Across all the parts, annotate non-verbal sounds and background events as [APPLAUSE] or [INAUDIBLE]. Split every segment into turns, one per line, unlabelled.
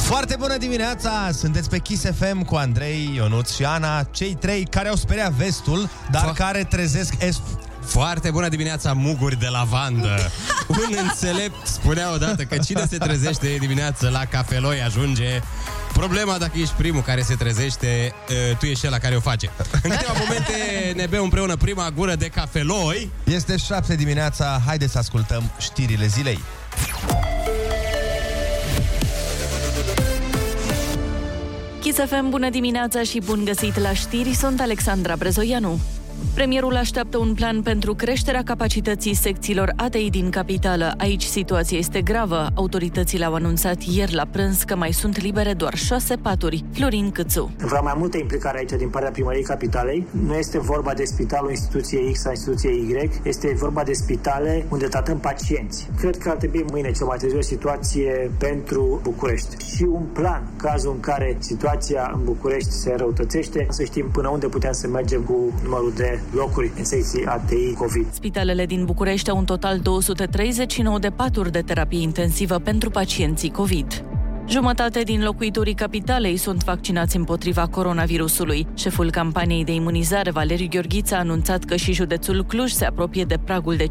Foarte bună dimineața! Sunteți pe Kiss FM cu Andrei, Ionuț și Ana, cei trei care au speriat vestul, dar care trezesc estul.
Foarte bună dimineața, muguri de lavandă! Un înțelept spunea odată că cine se trezește dimineață la cafeloi ajunge... Problema dacă ești primul care se trezește, uh, tu ești la care o face. În câteva momente ne bem împreună prima gură de cafeloi.
Este șapte dimineața, haideți să ascultăm știrile zilei.
Kiss FM, bună dimineața și bun găsit la știri, sunt Alexandra Brezoianu. Premierul așteaptă un plan pentru creșterea capacității secțiilor ATI din capitală. Aici situația este gravă. Autoritățile au anunțat ieri la prânz că mai sunt libere doar șase paturi. Florin Câțu.
Vreau mai multă implicare aici din partea primăriei capitalei. Nu este vorba de spitalul instituției X sau instituției Y, este vorba de spitale unde tratăm pacienți. Cred că ar trebui mâine cel mai târziu o situație pentru București și un plan, cazul în care situația în București se răutățește, să știm până unde putem să mergem cu numărul de locuri în secții ATI COVID.
Spitalele din București au în total 239 de paturi de terapie intensivă pentru pacienții COVID. Jumătate din locuitorii capitalei sunt vaccinați împotriva coronavirusului. Șeful campaniei de imunizare, Valeriu Gheorghiță, a anunțat că și județul Cluj se apropie de pragul de 50%.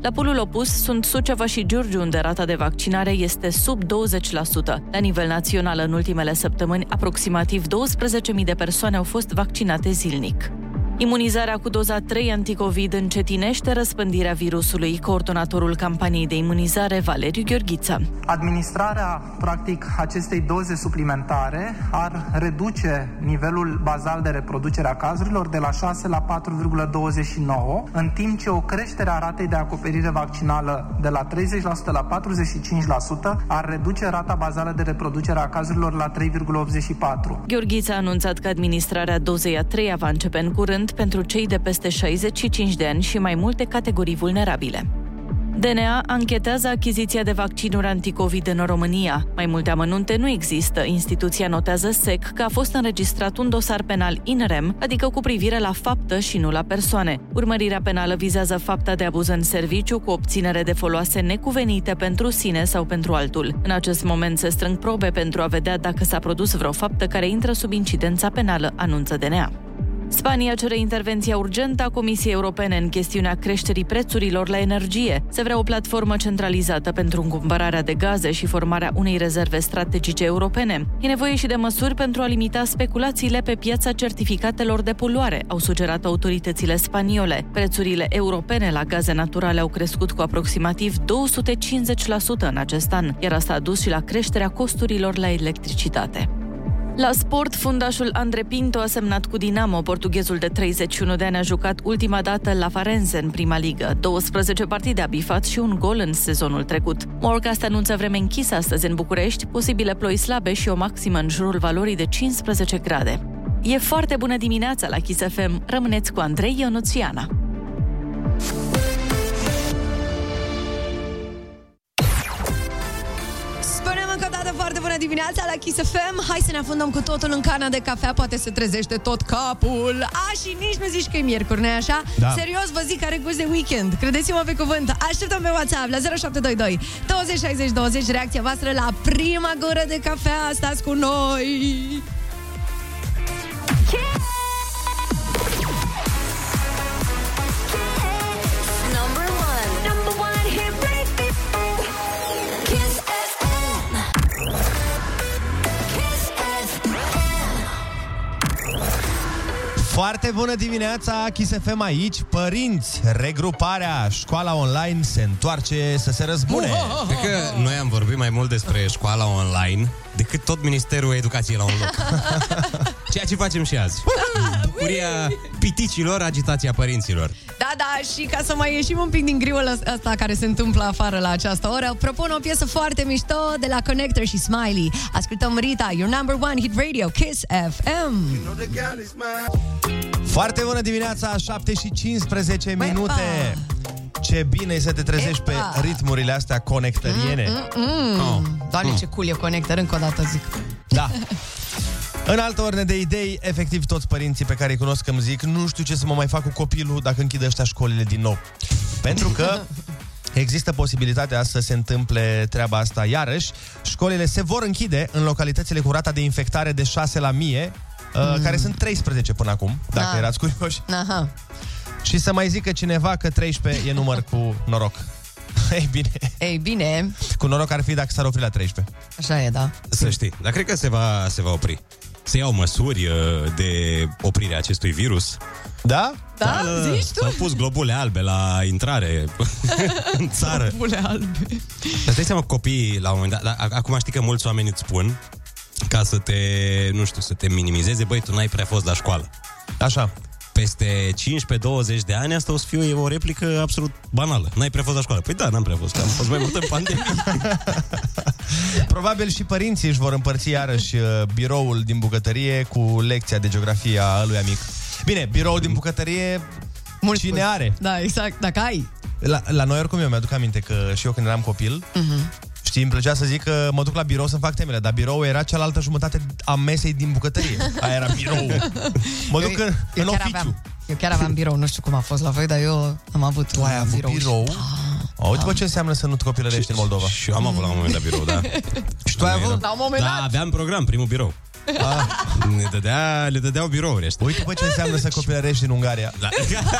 La polul opus sunt Suceava și Giurgiu, unde rata de vaccinare este sub 20%. La nivel național, în ultimele săptămâni, aproximativ 12.000 de persoane au fost vaccinate zilnic. Imunizarea cu doza 3 anticovid încetinește răspândirea virusului, coordonatorul campaniei de imunizare Valeriu Gheorghiță.
Administrarea, practic, acestei doze suplimentare ar reduce nivelul bazal de reproducere a cazurilor de la 6 la 4,29, în timp ce o creștere a ratei de acoperire vaccinală de la 30% la 45% ar reduce rata bazală de reproducere a cazurilor la 3,84.
Gheorghiță a anunțat că administrarea dozei a 3 va începe în curând rând pentru cei de peste 65 de ani și mai multe categorii vulnerabile. DNA anchetează achiziția de vaccinuri anticovid în România. Mai multe amănunte nu există. Instituția notează sec că a fost înregistrat un dosar penal in rem, adică cu privire la faptă și nu la persoane. Urmărirea penală vizează fapta de abuz în serviciu cu obținere de foloase necuvenite pentru sine sau pentru altul. În acest moment se strâng probe pentru a vedea dacă s-a produs vreo faptă care intră sub incidența penală, anunță DNA. Spania cere intervenția urgentă a Comisiei Europene în chestiunea creșterii prețurilor la energie. Se vrea o platformă centralizată pentru cumpărarea de gaze și formarea unei rezerve strategice europene. E nevoie și de măsuri pentru a limita speculațiile pe piața certificatelor de poluare, au sugerat autoritățile spaniole. Prețurile europene la gaze naturale au crescut cu aproximativ 250% în acest an, iar asta a dus și la creșterea costurilor la electricitate. La sport, fundașul Andre Pinto a semnat cu Dinamo. Portughezul de 31 de ani a jucat ultima dată la Farense în prima ligă. 12 partide a bifat și un gol în sezonul trecut. Morcast anunță vreme închisă astăzi în București, posibile ploi slabe și o maximă în jurul valorii de 15 grade. E foarte bună dimineața la Kiss FM. Rămâneți cu Andrei Ionuțiana.
Spunem încă o dată foarte bună dimineața la Kiss FM. Hai să ne afundăm cu totul în cana de cafea, poate se trezește tot capul. A, și nici nu zici că e miercuri, nu-i așa?
Da.
Serios, vă zic, are gust de weekend. Credeți-mă pe cuvânt. Așteptăm pe WhatsApp la 0722 20 60 20 reacția voastră la prima gură de cafea. Stați cu noi! [LAUGHS]
Number one. Number one hit people. Kiss FM. Kiss FM.
Foarte bună dimineața, Kiss FM aici, părinți, regruparea, școala online se întoarce să se răzbune.
Cred că noi am vorbit mai mult despre școala online decât tot Ministerul Educației la un loc. Ceea ce facem și azi.
Uhuh!
Bucuria piticilor, agitația părinților.
Da, da, și ca să mai ieșim un pic din griul asta care se întâmplă afară la această oră, propun o piesă foarte mișto de la Connector și Smiley. Ascultăm Rita, your number one hit radio, Kiss FM.
Foarte bună dimineața, 7 și 15 minute. Ce bine e să te trezești pe
Epa!
ritmurile astea conectăriene.
Mm.
Oh.
Doamne,
Mm.
ce cool e Connector, încă o dată zic.
Da. [LAUGHS] În altă ordine de idei, efectiv toți părinții pe care îi cunosc
[LAUGHS]
îmi zic nu știu ce să mă mai fac cu copilul dacă închid ăștia școlile din nou. Pentru că Există posibilitatea să se întâmple treaba asta iarăși. Școlile se vor închide în localitățile cu rata de infectare de 6 la 1000, mm. care sunt 13 până acum, dacă
Da.
erați curioși.
Aha.
Și să mai zică cineva că 13 e număr cu noroc. [LAUGHS] Ei bine,
Ei bine,
cu noroc ar fi dacă s-ar opri la 13.
așa e, da.
Să știi, dar cred că se va, se va opri. Se iau măsuri uh, de oprire a acestui virus.
Da?
Da? Zici
S-au
tu?
pus globule albe la
[LAUGHS]
intrare [LAUGHS] în țară.
Pule albe.
Dar stai seama, copiii, la un moment dat, dar ac- acum știi că mulți oameni îți spun ca să te, nu știu, să te minimizeze, băi, tu n-ai prea fost la școală.
Așa.
Peste 15-20 de ani asta o să fie o replică absolut banală. N-ai prea fost la școală. Păi da, n-am prea fost, că am fost mai mult în pandemie.
Probabil și părinții își vor împărți iarăși uh, biroul din bucătărie cu lecția de geografie a lui amic. Bine, biroul din bucătărie Mult cine
spus.
are?
Da, exact. Dacă ai.
La, la noi oricum eu mi-aduc aminte că și eu când eram copil,
Mhm.
uh-huh. știi, îmi plăcea să zic că mă duc la birou să-mi fac temele, dar biroul era cealaltă jumătate a mesei din bucătărie. Aia era
[LAUGHS]
birou. Mă duc în, în
chiar
oficiu.
Aveam, eu chiar aveam birou, nu știu cum a fost la voi, dar eu am avut
Tu ai avut birou? A, uite bă ce înseamnă să nu-ți copilărești în Moldova.
Și eu am avut la un moment dat birou, [LAUGHS] da. Și tu ai avut?
La un moment
da,
dat.
aveam program, primul birou. Ah, Ne dădea, le dădeau birouri ăștia.
Uite bă ce înseamnă să copilărești în Ungaria.
La...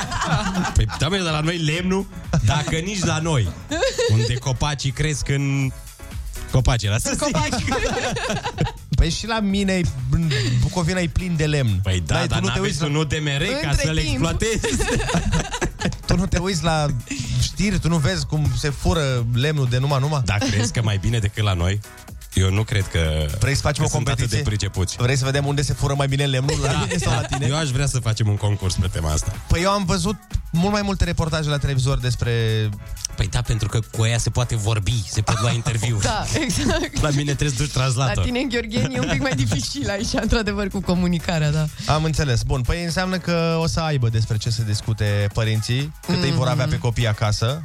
[LAUGHS] păi, da, mă, dar la noi lemnul, dacă nici la noi, unde copacii cresc în copaci, era să copaci.
[LAUGHS] Păi și la mine, e- în Bucovina e plin de lemn.
Păi da,
N-ai-
dar
tu nu te
n-aveți
uiți
un
la,
UDMR ca
Între
să le
timp.
exploatezi.
[LAUGHS] tu nu te uiți la știri, tu nu vezi cum se fură lemnul de numai numai?
Da, crezi că mai bine decât la noi? Eu nu cred că...
Vrei să facem
că
o
sunt atât
competiție?
de pricepuți. Da.
Vrei să vedem unde se fură mai bine lemnul, la mine sau la tine?
Eu aș vrea să facem un concurs pe tema asta.
Păi eu am văzut mult mai multe reportaje la televizor despre...
Păi da, pentru că cu ea se poate vorbi, se pot [LAUGHS] lua interviu.
Da, exact.
La mine trebuie să duci translator.
La tine, în Gheorgheni, e un pic mai dificil aici, într-adevăr, cu comunicarea, da.
Am înțeles. Bun, păi înseamnă că o să aibă despre ce să discute părinții, cât mm-hmm. îi vor
Mm.
avea pe copii acasă,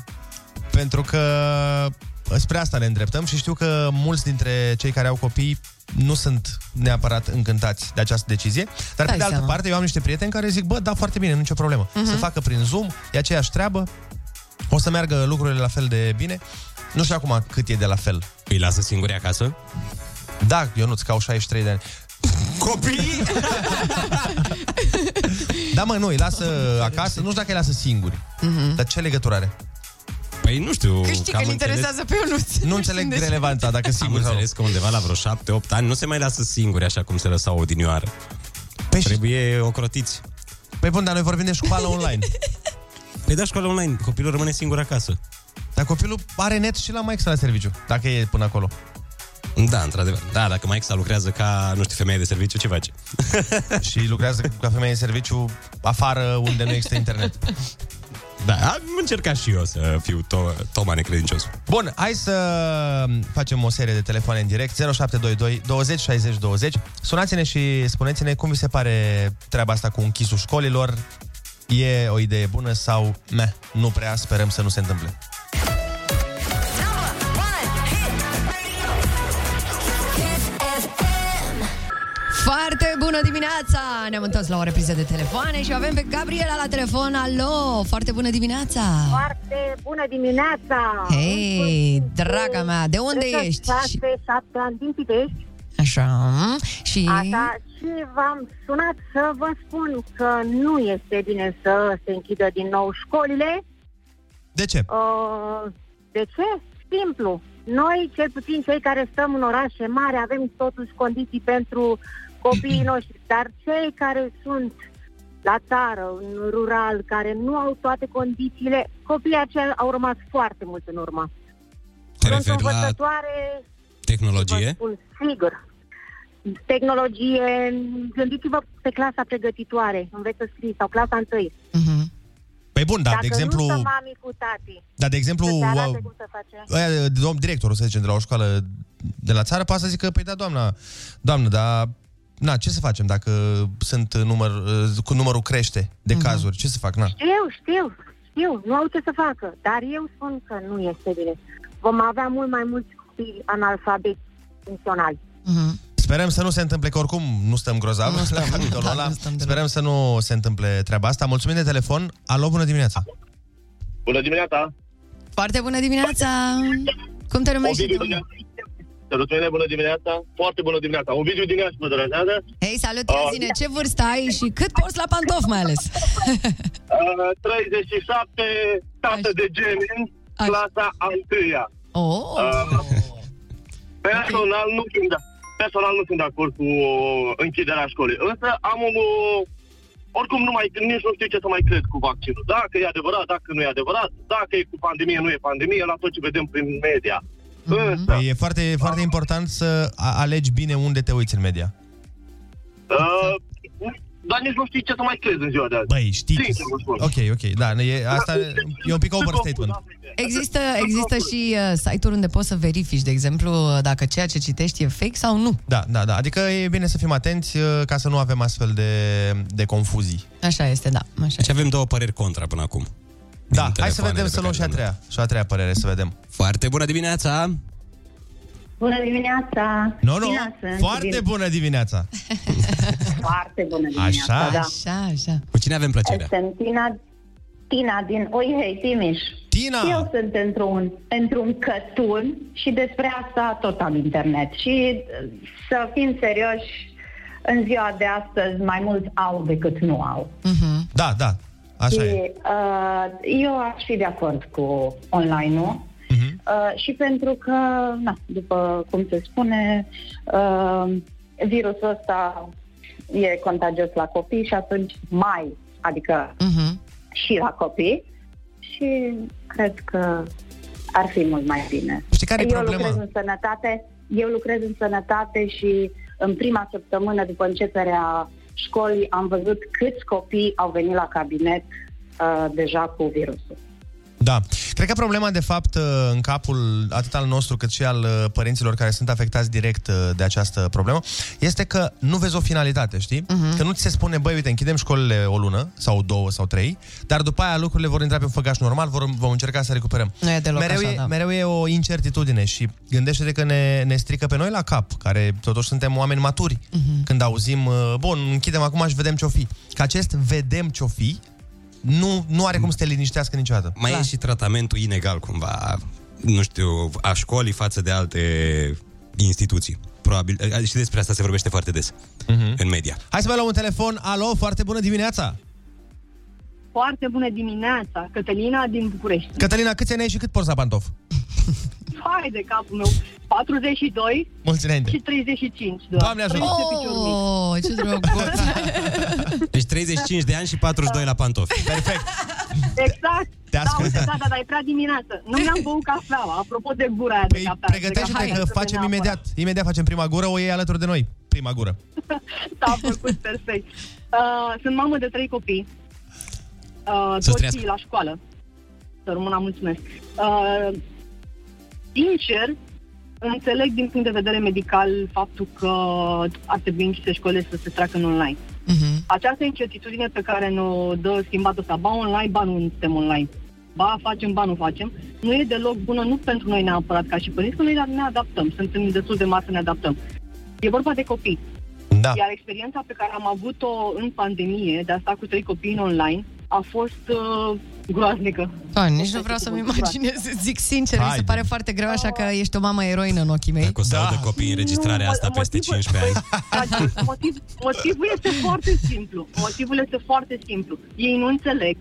pentru că spre asta ne îndreptăm și știu că mulți dintre cei care au copii nu sunt neapărat încântați de această decizie, dar pe
Dai
de altă
seama. Mhm.
parte eu am niște prieteni care zic, bă, da, foarte bine, nicio problemă. Mm-hmm. Să facă prin Zoom, e aceeași treabă, o să meargă lucrurile la fel de bine. Nu știu acum cât e de la fel.
Îi lasă singuri acasă?
Da, eu nu-ți cau 63 de ani.
[LAUGHS] Copii!
[LAUGHS]
Da, mă, nu, îi lasă acasă. Nu știu dacă îi lasă singuri. Mm-hmm. Dar ce legătură are?
Păi nu știu.
Că știi
am
că îl
înțeles-
interesează pe Ionuț. [LAUGHS]
Nu înțeleg
Deci-
relevanța, dacă
Am
singur sau nu.
înțeles că undeva la vreo șapte, opt ani nu se mai lasă singuri așa cum se lăsau odinioară.
Păi, și-
Trebuie ocrotiți.
păi bun, dar noi vorbim de școală online.
Păi da, școală online, copilul rămâne singur acasă.
Dar copilul are net și la Mike la serviciu, dacă e până acolo.
Da, [LAUGHS] într-adevăr. Da, dacă Maixa lucrează ca, nu știu, femeie de serviciu, ce face?
[LAUGHS]
[LAUGHS]
Și lucrează ca femeie în serviciu afară unde nu există internet.
Da, am încercat și eu să fiu to- Toma necredincios.
Bun, hai să facem o serie de telefoane în direct 0722 20 60 20 Sunați-ne și spuneți-ne cum vi se pare treaba asta cu închisul școlilor E o idee bună sau meh, nu prea sperăm să nu se întâmple
Number one hit radio. Kiss FM.
Foarte bună dimineața! Ne-am întors la o repriză de telefoane și o avem pe Gabriela la telefon. Alo! Foarte bună dimineața!
Foarte bună dimineața!
Hei, draga mea, de unde
Sunt
ești?
6, 7 ani din Pitești.
Așa, și...
Asta și v-am sunat să vă spun că nu este bine să se închidă din nou școlile.
De ce?
Uh, De ce? Simplu. Noi, cel puțin cei care stăm în orașe mari, avem totuși condiții pentru copiii
[CLEARS THROAT]
noștri, dar cei care sunt la țară, în rural, care nu au toate condițiile, copiii aceia au rămas foarte mult în urmă.
Te
Sunt
referi la
învățătoare, vă
tehnologie?
spun sigur. Tehnologie, gândiți-vă pe clasa pregătitoare, înveță scris, sau clasa întâi.
Mhm.
Păi bun, dar
Dacă
de exemplu,
nu stă mami cu tati,
dar de exemplu
să te arate
uh,
cum să face.
aia, de domn directorul, să zicem, de la o școală de la țară, poate să zică, păi da, doamna, doamnă, dar Na, ce să facem dacă sunt număr, uh, cu numărul crește de
Mhm.
cazuri? Ce să fac? Na.
Știu, știu, știu, nu au ce să facă, dar eu spun că nu este bine. Vom avea mult mai mulți copii analfabeti funcționali.
Mhm.
Sperăm să nu se întâmple, că oricum nu stăm grozav
Nu stăm,
[LAUGHS] la capitolul
da,
ăla.
nu stăm deloc.
Sperăm să nu se întâmple treaba asta. Mulțumim de telefon. Alo, bună dimineața!
Bună dimineața!
Foarte bună dimineața! Cum te numești?
Ovidiu,
tu?
bună Salutări, bună dimineața. Foarte bună dimineața. Un video din Iași mă deranjează.
Hei, salut, ia zine,
Ah.
ce vârstă ai și cât porți la pantof mai ales?
Uh, 37, tată de gemeni,
Așa.
clasa a întâia. Ah,
Oh,
Personal nu sunt de, personal nu sunt de acord cu uh, închiderea școlii, însă am un... uh, Oricum nu mai, nici nu știu ce să mai cred cu vaccinul. Dacă e adevărat, dacă nu e adevărat, dacă e cu pandemie, nu e pandemie, la tot ce vedem prin media. Însă,
Păi E foarte, e foarte important să a- alegi bine unde te uiți în media.
uh, dar nici nu știu ce să mai crezi în ziua de azi.
Băi, știi ce...
Sincer, vă spun.
Ok, ok, da, ne- e, asta e un pic overstatement.
există, există și uh, site-uri unde poți să verifici, de exemplu, uh, dacă ceea ce citești e fake sau nu.
Da, da, da. Adică e bine să fim atenți uh, ca să nu avem astfel de, de confuzii.
Așa este, da, așa
Deci avem două păreri contra până acum.
Da, hai să
telefoanele
vedem
pe
să luăm și a
care le-am
treia. Și a treia părere, să vedem.
Foarte bună dimineața!
Bună dimineața!
Nu, nu,
Ina sunt,
foarte
din-
bună dimineața!
Foarte bună dimineața,
Așa?
da.
Așa, așa.
Cu cine avem plăcerea?
Sunt Tina, Tina din Oihei Timiș.
Tina!
Eu sunt într-un, într-un cătun și despre asta tot am internet. Și să fim serioși, în ziua de astăzi mai mulți au decât nu au.
Da, da, așa
și,
e.
Uh, eu aș fi de acord cu online-ul.
Mm-hmm.
Uh-huh. Uh, și pentru că, na, după cum se spune, uh, virusul ăsta e contagios la copii și atunci mai, adică
Uh-huh.
și la copii. Și cred că ar fi mult mai bine.
Știi care e
eu
problema?
lucrez în sănătate, eu lucrez în sănătate și în prima săptămână după începerea școlii am văzut câți copii au venit la cabinet uh, deja cu virusul.
Da. Cred că problema, de fapt, uh, în capul atât al nostru cât și al uh, părinților care sunt afectați direct uh, de această problemă, este că nu vezi o finalitate, știi?
Mhm.
Uh-huh. Că nu ți se spune, băi, uite, închidem școlile o lună sau două sau trei, dar după aia lucrurile vor intra pe un făgaș normal, vor, vom încerca să recuperăm.
Nu e deloc
mereu,
așa,
e,
da.
mereu e o incertitudine și gândește-te că ne, ne strică pe noi la cap, care totuși suntem oameni maturi,
Mhm.
uh-huh. când auzim, uh, bun, închidem acum și vedem ce-o fi. Că acest vedem ce-o fi nu, nu are cum să te liniștească niciodată.
Mai e și tratamentul inegal cumva, nu știu, a școlii față de alte instituții. Probabil, și despre asta se vorbește foarte des
Mhm.
uh-huh. în media.
Hai să mai luăm un telefon. Alo, foarte bună dimineața!
Foarte bună dimineața, Cătălina din București.
Cătălina, câți ani ai și cât porți la pantof?
Hai de capul meu, 42
Mulți
și
înainte.
35. doar.
Doamne ajută!
30 de picior mic.
Oh, ce drăguț!
Deci 35 de ani și 42 la
[LAUGHS]
pantofi.
Perfect!
[LAUGHS] Exact.
Te
Da,
ascult.
uite, da, da, da, e prea dimineață. Nu mi-am băut cafeaua, apropo de gura aia de
Păi
cafea.
pregătește-te
Hai,
că
trebuie
facem
neapărat.
imediat. Imediat facem prima gură, o iei alături de noi. Prima gură.
[LAUGHS] S-a făcut perfect. Uh, sunt mamă de trei copii. Uh,
Să-ți
toți
trăiască.
la școală. Să rămână, mulțumesc. Uh, sincer, înțeleg din punct de vedere medical faptul că ar trebui închise școlile să se treacă în online.
Mhm.
Această incertitudine pe care ne-o dă schimbatul ăsta, ba online, ba nu suntem online, ba facem, ba nu facem, nu e deloc bună, nu pentru noi neapărat ca și părinți, că noi ne adaptăm, suntem destul de mari să ne adaptăm. E vorba de copii.
Da.
Iar experiența pe care am avut-o în pandemie, de a sta cu trei copii în online, a fost uh, groaznică.
Da, nici nu vreau să-mi imaginez, zic sincer, mi se
Haide.
pare foarte greu, așa că ești o mamă eroină în ochii mei.
Dacă o să
Da.
da. audă copii înregistrarea
Nu,
asta
mo-
peste 15 ani.
Păi, motiv, motivul este foarte simplu. Motivul este foarte simplu. Ei nu înțeleg.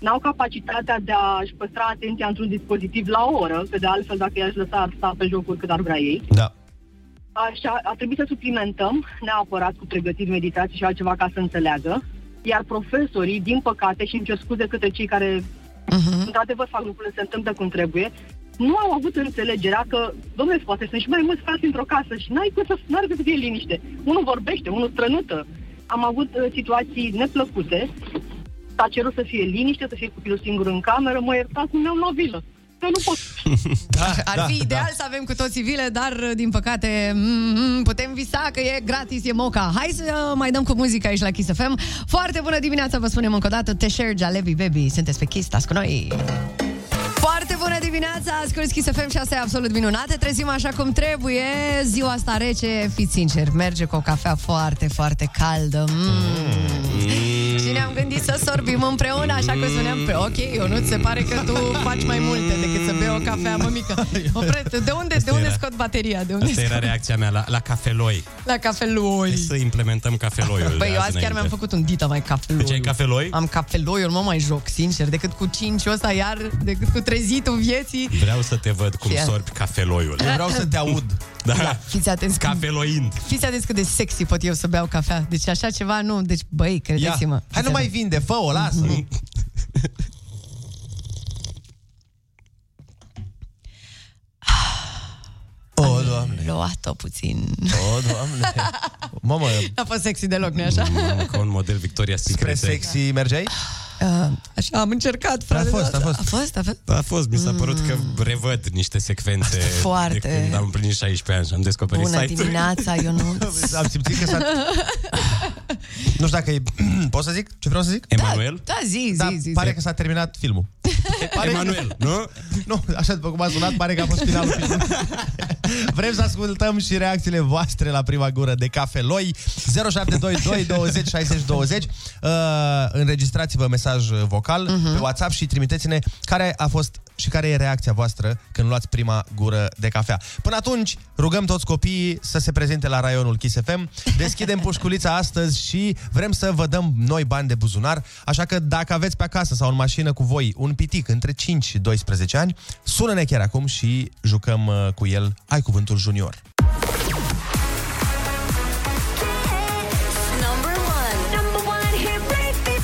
N-au capacitatea de a-și păstra atenția într-un dispozitiv la o oră, că de altfel dacă i-aș lăsa ar sta pe jocuri cât ar vrea ei.
Da.
Așa, a trebuit să suplimentăm neapărat cu pregătiri, meditații și altceva ca să înțeleagă. Iar profesorii, din păcate, și îmi cer scuze către cei care
Mhm.
într-adevăr fac lucrurile, se întâmplă cum trebuie, nu au avut înțelegerea că, domnule, poate sunt și mai mulți frați într-o casă și n-ai cum să, n-ar să fie liniște. Unul vorbește, unul strănută. Am avut uh, situații neplăcute, s-a cerut să fie liniște, să fie copilul singur în cameră, mă iertați, nu am la vilă. Că nu pot.
Ar fi ideal să avem cu toții vile, dar uh, din păcate mm, mm, putem visa că e gratis, e moca. Hai să uh, mai dăm cu muzica aici la Kiss FM. Foarte bună dimineața, vă spunem încă o dată, Teșer, Jalebi, Baby, sunteți pe Kiss, stați cu noi! Foarte bună dimineața, asculti Kiss FM și asta e absolut minunat. Te trezim așa cum trebuie, ziua asta rece, fiți sinceri, merge cu o cafea foarte, foarte caldă. Mm. Mm. Cine ne-am gândit să sorbim împreună, așa că spuneam, pe, ok, eu nu se pare că tu faci mai multe decât să bei o cafea,
[LAUGHS]
mămică. Opret, de unde, de unde
era.
scot bateria? De unde
Asta era
scot?
reacția mea la, la cafeloi.
La
Hai
cafeloi.
să implementăm cafeloiul. de
Păi eu azi chiar
înainte.
mi-am făcut un dita mai cafeloi.
Deci ai cafeloi?
Am cafeloiul, mă mai joc, sincer, decât cu cinciul ăsta, iar decât cu trezitul vieții.
Vreau să te văd cum
Și-
sorbi cafeloiul.
Eu vreau să
te aud.
Da.
Fiți atenți când
Cafeloind.
Fiți atenți cât de sexy pot eu să beau cafea. Deci așa ceva nu. Deci, băi, credeți-mă.
Ia.
Mhm.
Hai nu mai vinde, fă-o, lasă.
[LAUGHS]
O, doamne. Luat-o puțin.
Oh,
O, Oh, doamne. Mamă,
N-a fost sexy deloc, nu-i așa?
Ca un model Victoria
spre
Secret. eh.
sexy mergeai?
Uh, așa, am încercat, frate.
fost, a fost.
A fost, a fost.
A fost, mi s-a părut că revăd niște secvențe
Mm. Foarte.
de când am împlinit 16 ani și am descoperit
Bună
site-ul.
dimineața, eu nu...
[LAUGHS]
Am simțit că s-a... Nu știu dacă e... Pot să zic? Ce vreau să zic?
Emanuel?
Da, zi,
Da,
zi, zi.
pare
zi.
că s-a terminat
[LAUGHS]
filmul. Pare
Emanuel, nu?
Nu, așa după cum a sunat, pare că a fost finalul
[LAUGHS]
filmului. Vrem să ascultăm și reacțiile voastre la prima gură de cafeloi 0722 20 60 20 uh, Înregistrați-vă mesaj vocal uh-huh.
Mhm.
pe WhatsApp și trimiteți-ne care a fost și care e reacția voastră când luați prima gură de cafea. Până atunci, rugăm toți copiii să se prezinte la raionul Kiss FM. Deschidem pușculița astăzi și vrem să vă dăm noi bani de buzunar, așa că dacă aveți pe acasă sau în mașină cu voi un pitic între 5 și 12 ani, sună-ne chiar acum și jucăm uh, cu el Ai Cuvântul Junior.
Number one. Number one hit radio.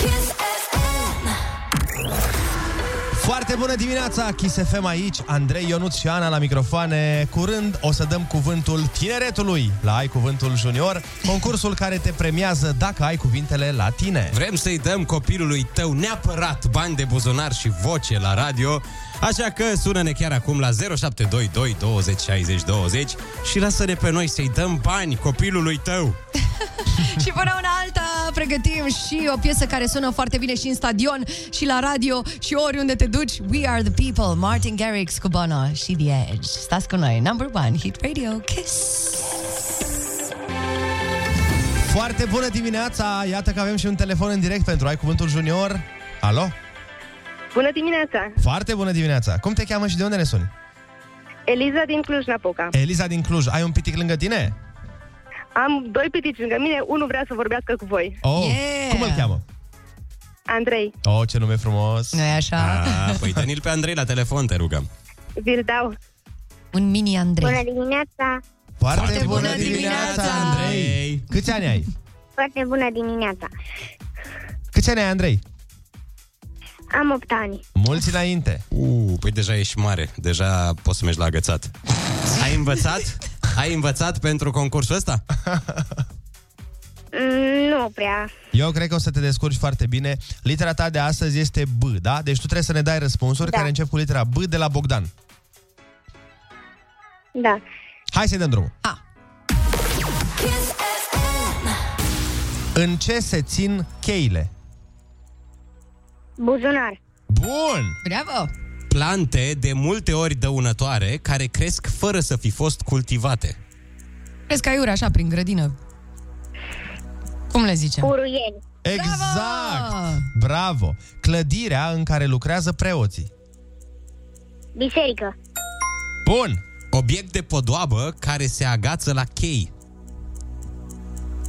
Kiss FM.
Foarte bună dimineața, Kiss FM aici, Andrei Ionuț și Ana la microfoane. Curând o să dăm cuvântul tineretului la Ai Cuvântul Junior, concursul care te premiază dacă ai cuvintele la tine.
Vrem să-i dăm copilului tău neapărat bani de buzunar și voce la radio, așa că sună-ne chiar acum la 0722 20 60 20 și lasă-ne pe noi să-i dăm bani copilului tău.
Și până una alta pregătim și o piesă care sună foarte bine și în stadion, și la radio, și oriunde te duci. We are the people, Martin Garrix cu Bono și The Edge. Stați cu noi, number one, hit radio, kiss.
Foarte bună dimineața! Iată că avem și un telefon în direct pentru Ai Cuvântul Junior. Alo?
Bună dimineața!
Foarte bună dimineața! Cum te cheamă și de unde ne suni?
Eliza din Cluj-Napoca.
Eliza din Cluj, ai un pitic lângă tine?
Am doi pitici lângă mine, unul vrea să vorbească cu voi.
Oh,
Yeah!
Cum îl cheamă?
Andrei,
Oh, ce nume frumos!
nu e așa?
Ah, păi dă pe Andrei la telefon, te rugăm.
vi-l dau.
Un mini Andrei.
dimineața!
Foarte,
bună dimineața,
Andrei!
Câți ani ai?
Foarte bună dimineața!
Câți ani ai, Andrei?
Am 8 ani.
Mulți înainte.
Uh, păi deja ești mare, deja poți să mergi la agățat. Ai învățat? Ai învățat pentru concursul ăsta?
Mm, nu prea.
Eu cred că o să te descurci foarte bine. Litera ta de astăzi este B, da? Deci tu trebuie să ne dai răspunsuri
Da.
care încep cu litera B de la Bogdan.
Da.
Hai să-i dăm drumul.
Kiss FM.
În ce se țin cheile?
Buzunar.
Bun!
Bravo!
Plante de multe ori dăunătoare care cresc fără să fi fost cultivate.
Crezi că ai așa, prin grădină? Cum le zicem?
Uruieni.
Exact! Bravo! Clădirea în care lucrează preoții.
Biserică.
Bun!
Obiect de podoabă care se agață la chei.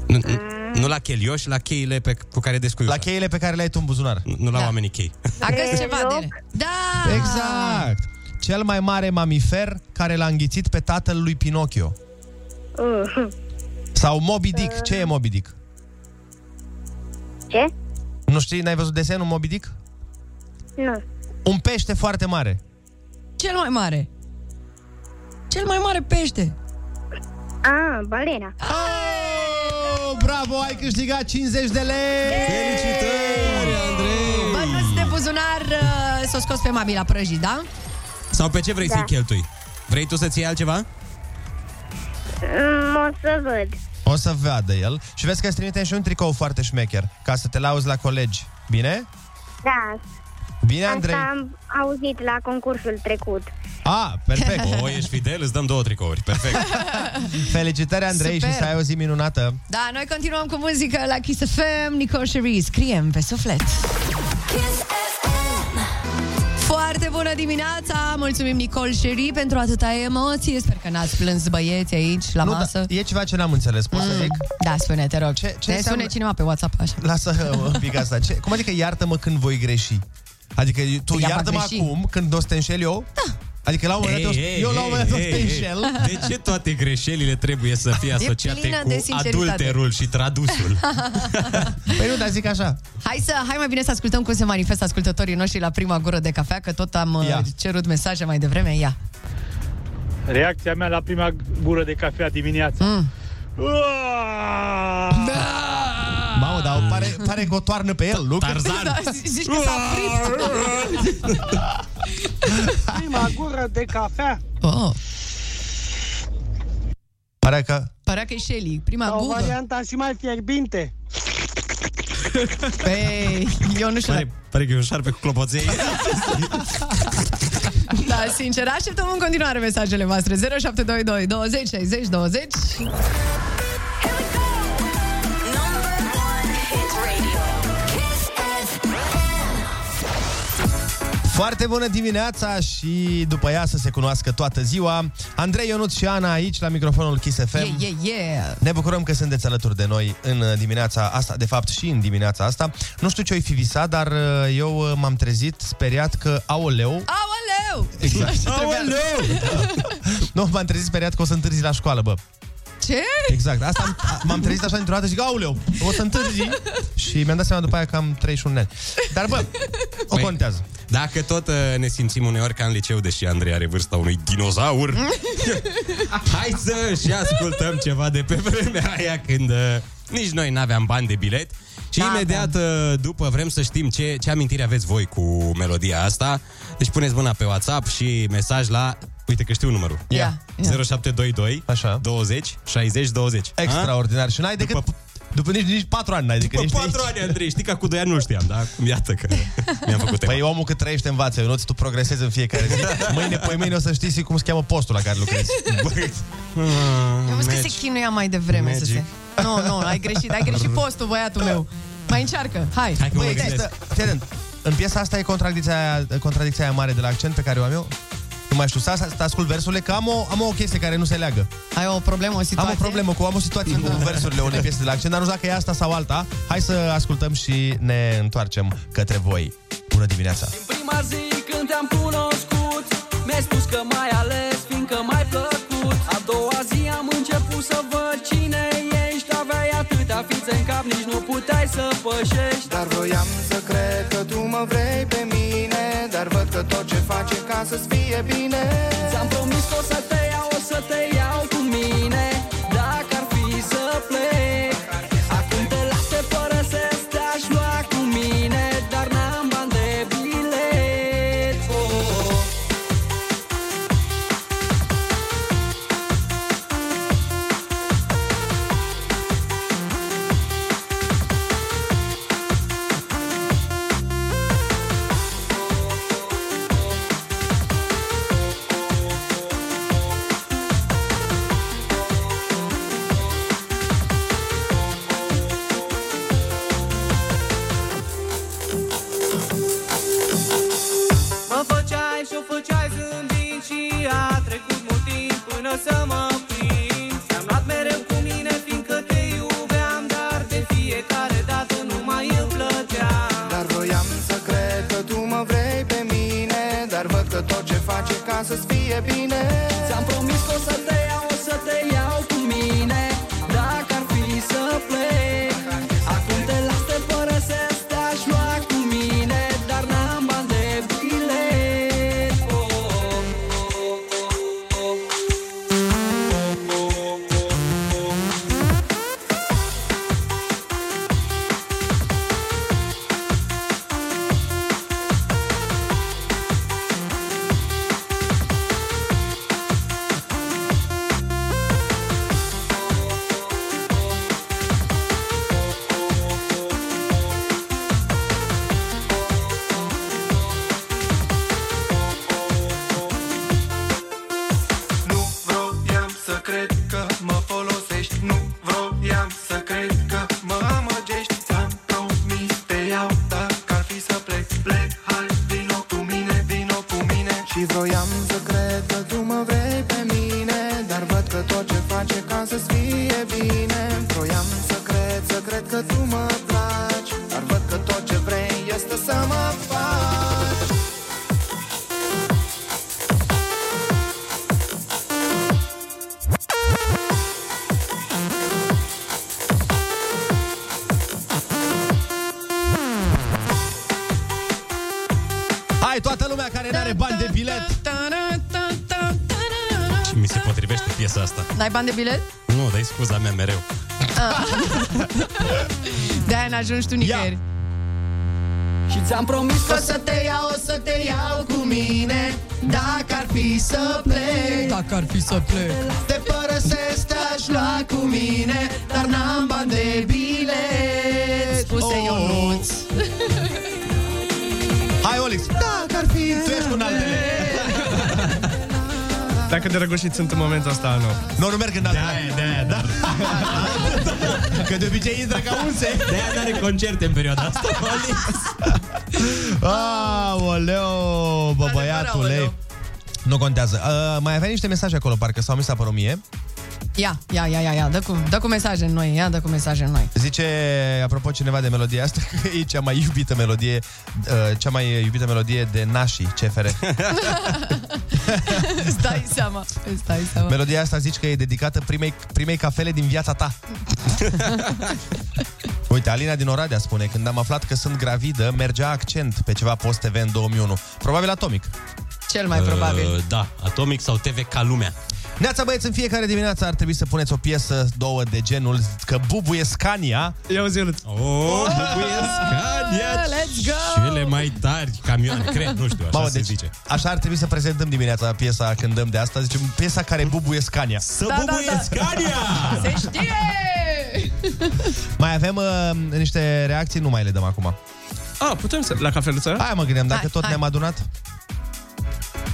Nu, nu- nu la chelioși, la cheile pe, cu care descui
La
ușa.
cheile pe care le ai tu în buzunar.
Nu- Nu la
Da.
oamenii chei. [LAUGHS]
A găsit ceva de
Deloc.
ele. Da!
Exact! Cel mai mare mamifer care l-a înghițit pe tatăl lui Pinocchio.
Uh-huh.
Sau Moby Dick. Ce e Moby Dick?
Ce?
Nu știi? N-ai văzut desenul Moby Dick?
Nu.
Un pește foarte mare.
Cel mai mare. Cel mai mare pește.
Ah, balena.
Oh, bravo! Ai câștigat 50 de lei!
Felicitări, Andrei!
Bănuți de buzunar uh, s-o scos pe mami la prăjit, da?
Sau pe ce vrei
Da.
să-i cheltui? Vrei tu să-ți iei altceva?
Mm, o să văd.
O să vadă el. Și vezi că îți trimitem și un tricou foarte șmecher, ca să te lauzi la colegi. Bine?
Da,
Bine, Andrei?
asta am auzit la concursul trecut.
A, perfect.
O, ești fidel, îți dăm două tricouri. Perfect.
[LAUGHS] Felicitări, Andrei,
Super.
și să ai o zi minunată.
Da, noi continuăm cu muzică la Kiss FM, Nicole Cherie, scriem pe suflet. Foarte bună dimineața! Mulțumim, Nicole Cherie, pentru atâta emoție. Sper că n-ați plâns băieți aici, la
Nu, da,
masă.
e ceva ce n-am înțeles, pot să zic?
Da, spune, te rog.
Ce,
ce Te
înseamnă-
sune cineva pe WhatsApp așa. [LAUGHS]
Lasă uh, un pic asta. Ce, cum adică iartă-mă când voi greși? Adică tu
Păi ia,
iartă-mă
va greși.
acum când o să te înșel eu? Da. Adică la un moment dat eu, eu la un moment dat o să te înșel.
De ce toate greșelile trebuie să fie
E
asociate
plină de
cu
sinceritate.
adulterul și tradusul?
Păi nu, dar zic așa.
Hai să, hai mai bine să ascultăm cum se manifestă ascultătorii noștri la prima gură de cafea, că tot am uh,
Ia.
cerut mesaje mai devreme. Ia.
Reacția mea la prima gură de cafea dimineața. Mm.
Da! Mamă, dar pare, pare că o toarnă pe el, Luca.
Da, zi- zici că s-a
oprit.
Prima gură de cafea.
[LAUGHS] Oh.
Pare că...
Părea că e Shelly, prima
Sau
gură.
varianta și mai fierbinte.
Păi, eu nu știu.
Pare, pare că e un șarpe cu clopoței.
Da, sincer, așteptăm în continuare mesajele voastre. 0722 20 60 20.
Foarte bună dimineața și după ea să se cunoască toată ziua. Andrei Ionut și Ana aici la microfonul Kiss FM.
Yeah, yeah, yeah.
Ne bucurăm că sunteți alături de noi în uh, dimineața asta, de fapt și în dimineața asta. Nu știu ce-o fi visat, dar uh, eu uh, m-am trezit speriat că, aoleu,
Ah. Aoleu!
Exact.
Așa trebuia.
nu, m-am trezit speriat că o să întârzi la școală, bă.
Ce?
Exact, asta am-
[LAUGHS]
a- m-am trezit așa dintr-o dată și zic, aoleu, o să întârzi Și mi-am dat seama după aia că am 31 de ani Dar
[LAUGHS]
bă, o contează
Dacă tot uh, ne simțim uneori ca în liceu, deși Andrei are vârsta unui
[LAUGHS]
dinozaur, hai să și ascultăm ceva de pe vremea aia când uh, nici noi n-aveam bani de bilet. Și da, imediat uh, după vrem să știm ce, ce amintiri aveți voi cu melodia asta. Deci puneți mâna pe WhatsApp și mesaj la... Uite că știu numărul.
Ia.
0722 Așa. 20 60 20.
Extraordinar. Și n-ai decât... După, după Adică nici, nici 4 ani n-ai decât ești
După 4
aici.
ani, Andrei, știi că acum 2 ani nu știam, da? Acum Iată
[LAUGHS]
că mi-am făcut tema.
Păi omul cât trăiește învață, eu nu tu progresezi în fiecare
[LAUGHS]
zi. Mâine, poi mâine o să știi și cum se cheamă postul la care lucrezi.
Am zis că se chinuia mai devreme să se...
Magic.
Nu, nu, ai greșit, ai greșit postul, băiatul meu. Mai încearcă, hai.
Hai Băi, există, fii atent, în piesa asta e contradicția aia, contradicția aia mare de la accent pe care o am eu. Nu mai știu, să, să ascult versurile, că am o, am o chestie care nu se leagă.
Ai o problemă, o situație?
Am o problemă cu, am o situație
[LAUGHS]
cu versurile unei piese de la accent, dar nu știu dacă e asta sau alta. Hai să ascultăm și ne întoarcem către voi. Bună dimineața!
Prima zi când te-am cunoscut Mi-ai spus că mai ales fiindcă m-ai plăcut A doua zi am început să văd cine ești Aveai atâtea fițe în cap, nici nu puteai să pășești Dar voiam să cred că tu mă vrei pe mine Dar văd că tot ce face ca să-ți fie bine Ți-am promis că o să te iau, o să te iau cu mine Dacă ar fi să plec Acum te las te părăsesc, te-aș lua cu mine Dar n-am bani de bilet oh, oh, oh. Mă făceai și-o făceai zâmbind Și a trecut mult timp până să mă prind Ți-am luat mereu cu mine fiindcă te iubeam Dar de fiecare dată nu mai îmi plăcea Dar voiam să cred că tu mă vrei pe mine Dar văd că tot ce face ca să-ți fie bine Ți-am promis că o să te iau, o să te iau cu mine Dacă ar fi să plec Acum te las, te părăsesc, te-aș lua cu mine Dar n-am bani de bilet oh, oh, oh. că tu mă placi Dar văd că tot ce vrei este să mă faci
Hai, toată lumea care nu are bani de
[LAUGHS]
bilet
Și mi se potrivește piesa asta.
N-ai bani de bilet?
Nu, dai scuza mea mereu.
Ah. De-aia n-ajungi tu nicăieri. [LAUGHS]
Și ți-am promis
că o să te iau, o să te iau cu mine Dacă ar fi să plec Dacă ar fi să plec
Te părăsesc, te-aș lua cu mine Dar n-am bani de bilet
Spuse oh. Ionuț
Hai, Olix
Dacă ar fi Tu ești cu altele
Dacă de răgușit sunt în momentul ăsta, nu.
Nu, nu merg în Da.
Da, da, da.
[LAUGHS] Că de obicei intră ca unse
De-aia n-are concerte în perioada
[LAUGHS]
asta
Aoleo, bă, băiatule Nu contează uh, Mai avea niște mesaje acolo, parcă sau mi s-a părut mie
Ia, ia, ia, ia, ia, dă cu, dă cu mesaje în noi Ia, dă cu mesaje în
[LAUGHS]
noi
Zice, apropo cineva de melodia asta [LAUGHS] Că e cea mai iubită melodie uh, Cea mai iubită melodie de nașii CFR
Îți dai seama, îți dai seama
Melodia asta zici că e dedicată primei, primei cafele din viața ta Uite, Alina din Oradea spune Când am aflat că sunt gravidă, mergea accent pe ceva post TV în 2001 Probabil Atomic
Cel mai probabil
Uh, Da, Atomic sau TV ca lumea.
Neața băieți, în fiecare dimineață ar trebui să puneți o piesă, două de genul Că bubuie Scania
Eu zi
Oh, bubuie Scania
Ah, Let's go!
Cele mai tari camioane, cred, nu știu, așa
Mamă,
se
deci,
zice.
Așa ar trebui să prezentăm dimineața piesa când dăm de asta Zicem, piesa care bubuie Scania Să
Da, da, bubuie da. Scania!
Se știe!
Mai avem uh, niște reacții, nu mai le dăm acum
A, putem să... La cafeluță?
Hai mă gândeam, dacă
Hai,
tot
hai.
ne-am adunat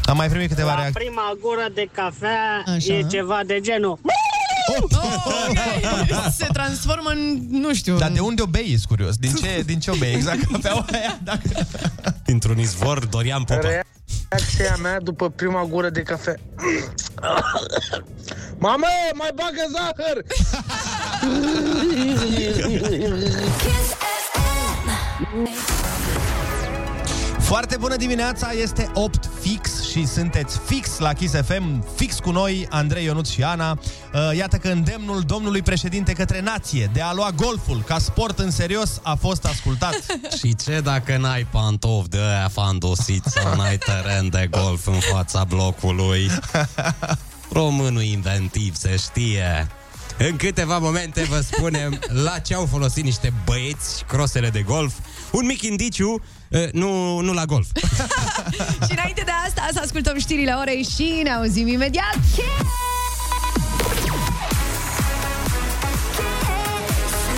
Am mai primit câteva
La
reacții
prima gură de cafea
Așa.
e ceva de genul.
Se transformă în, nu știu
Dar de unde obei, ești curios? Din ce, din ce obei exact cafeaua aia? Dacă...
Dintr-un izvor, Dorian Popa.
Reacția mea după prima gură de cafea. [COUGHS] Mamă, mai bagă zahăr!
Foarte bună dimineața, este 8 fix și sunteți fix la Kiss FM, fix cu noi, Andrei Ionuț și Ana. Uh, Iată că îndemnul domnului președinte către nație de a lua golful ca sport în serios a fost ascultat.
Și ce dacă n-ai pantofi de aia fandosiți sau n-ai teren de golf în fața blocului? Românul inventiv se știe. În câteva momente vă spunem la ce au folosit niște băieți crosele de golf. Un mic indiciu, eh, nu, nu la golf.
[LAUGHS] Și înainte de asta să ascultăm știrile orei și ne auzim imediat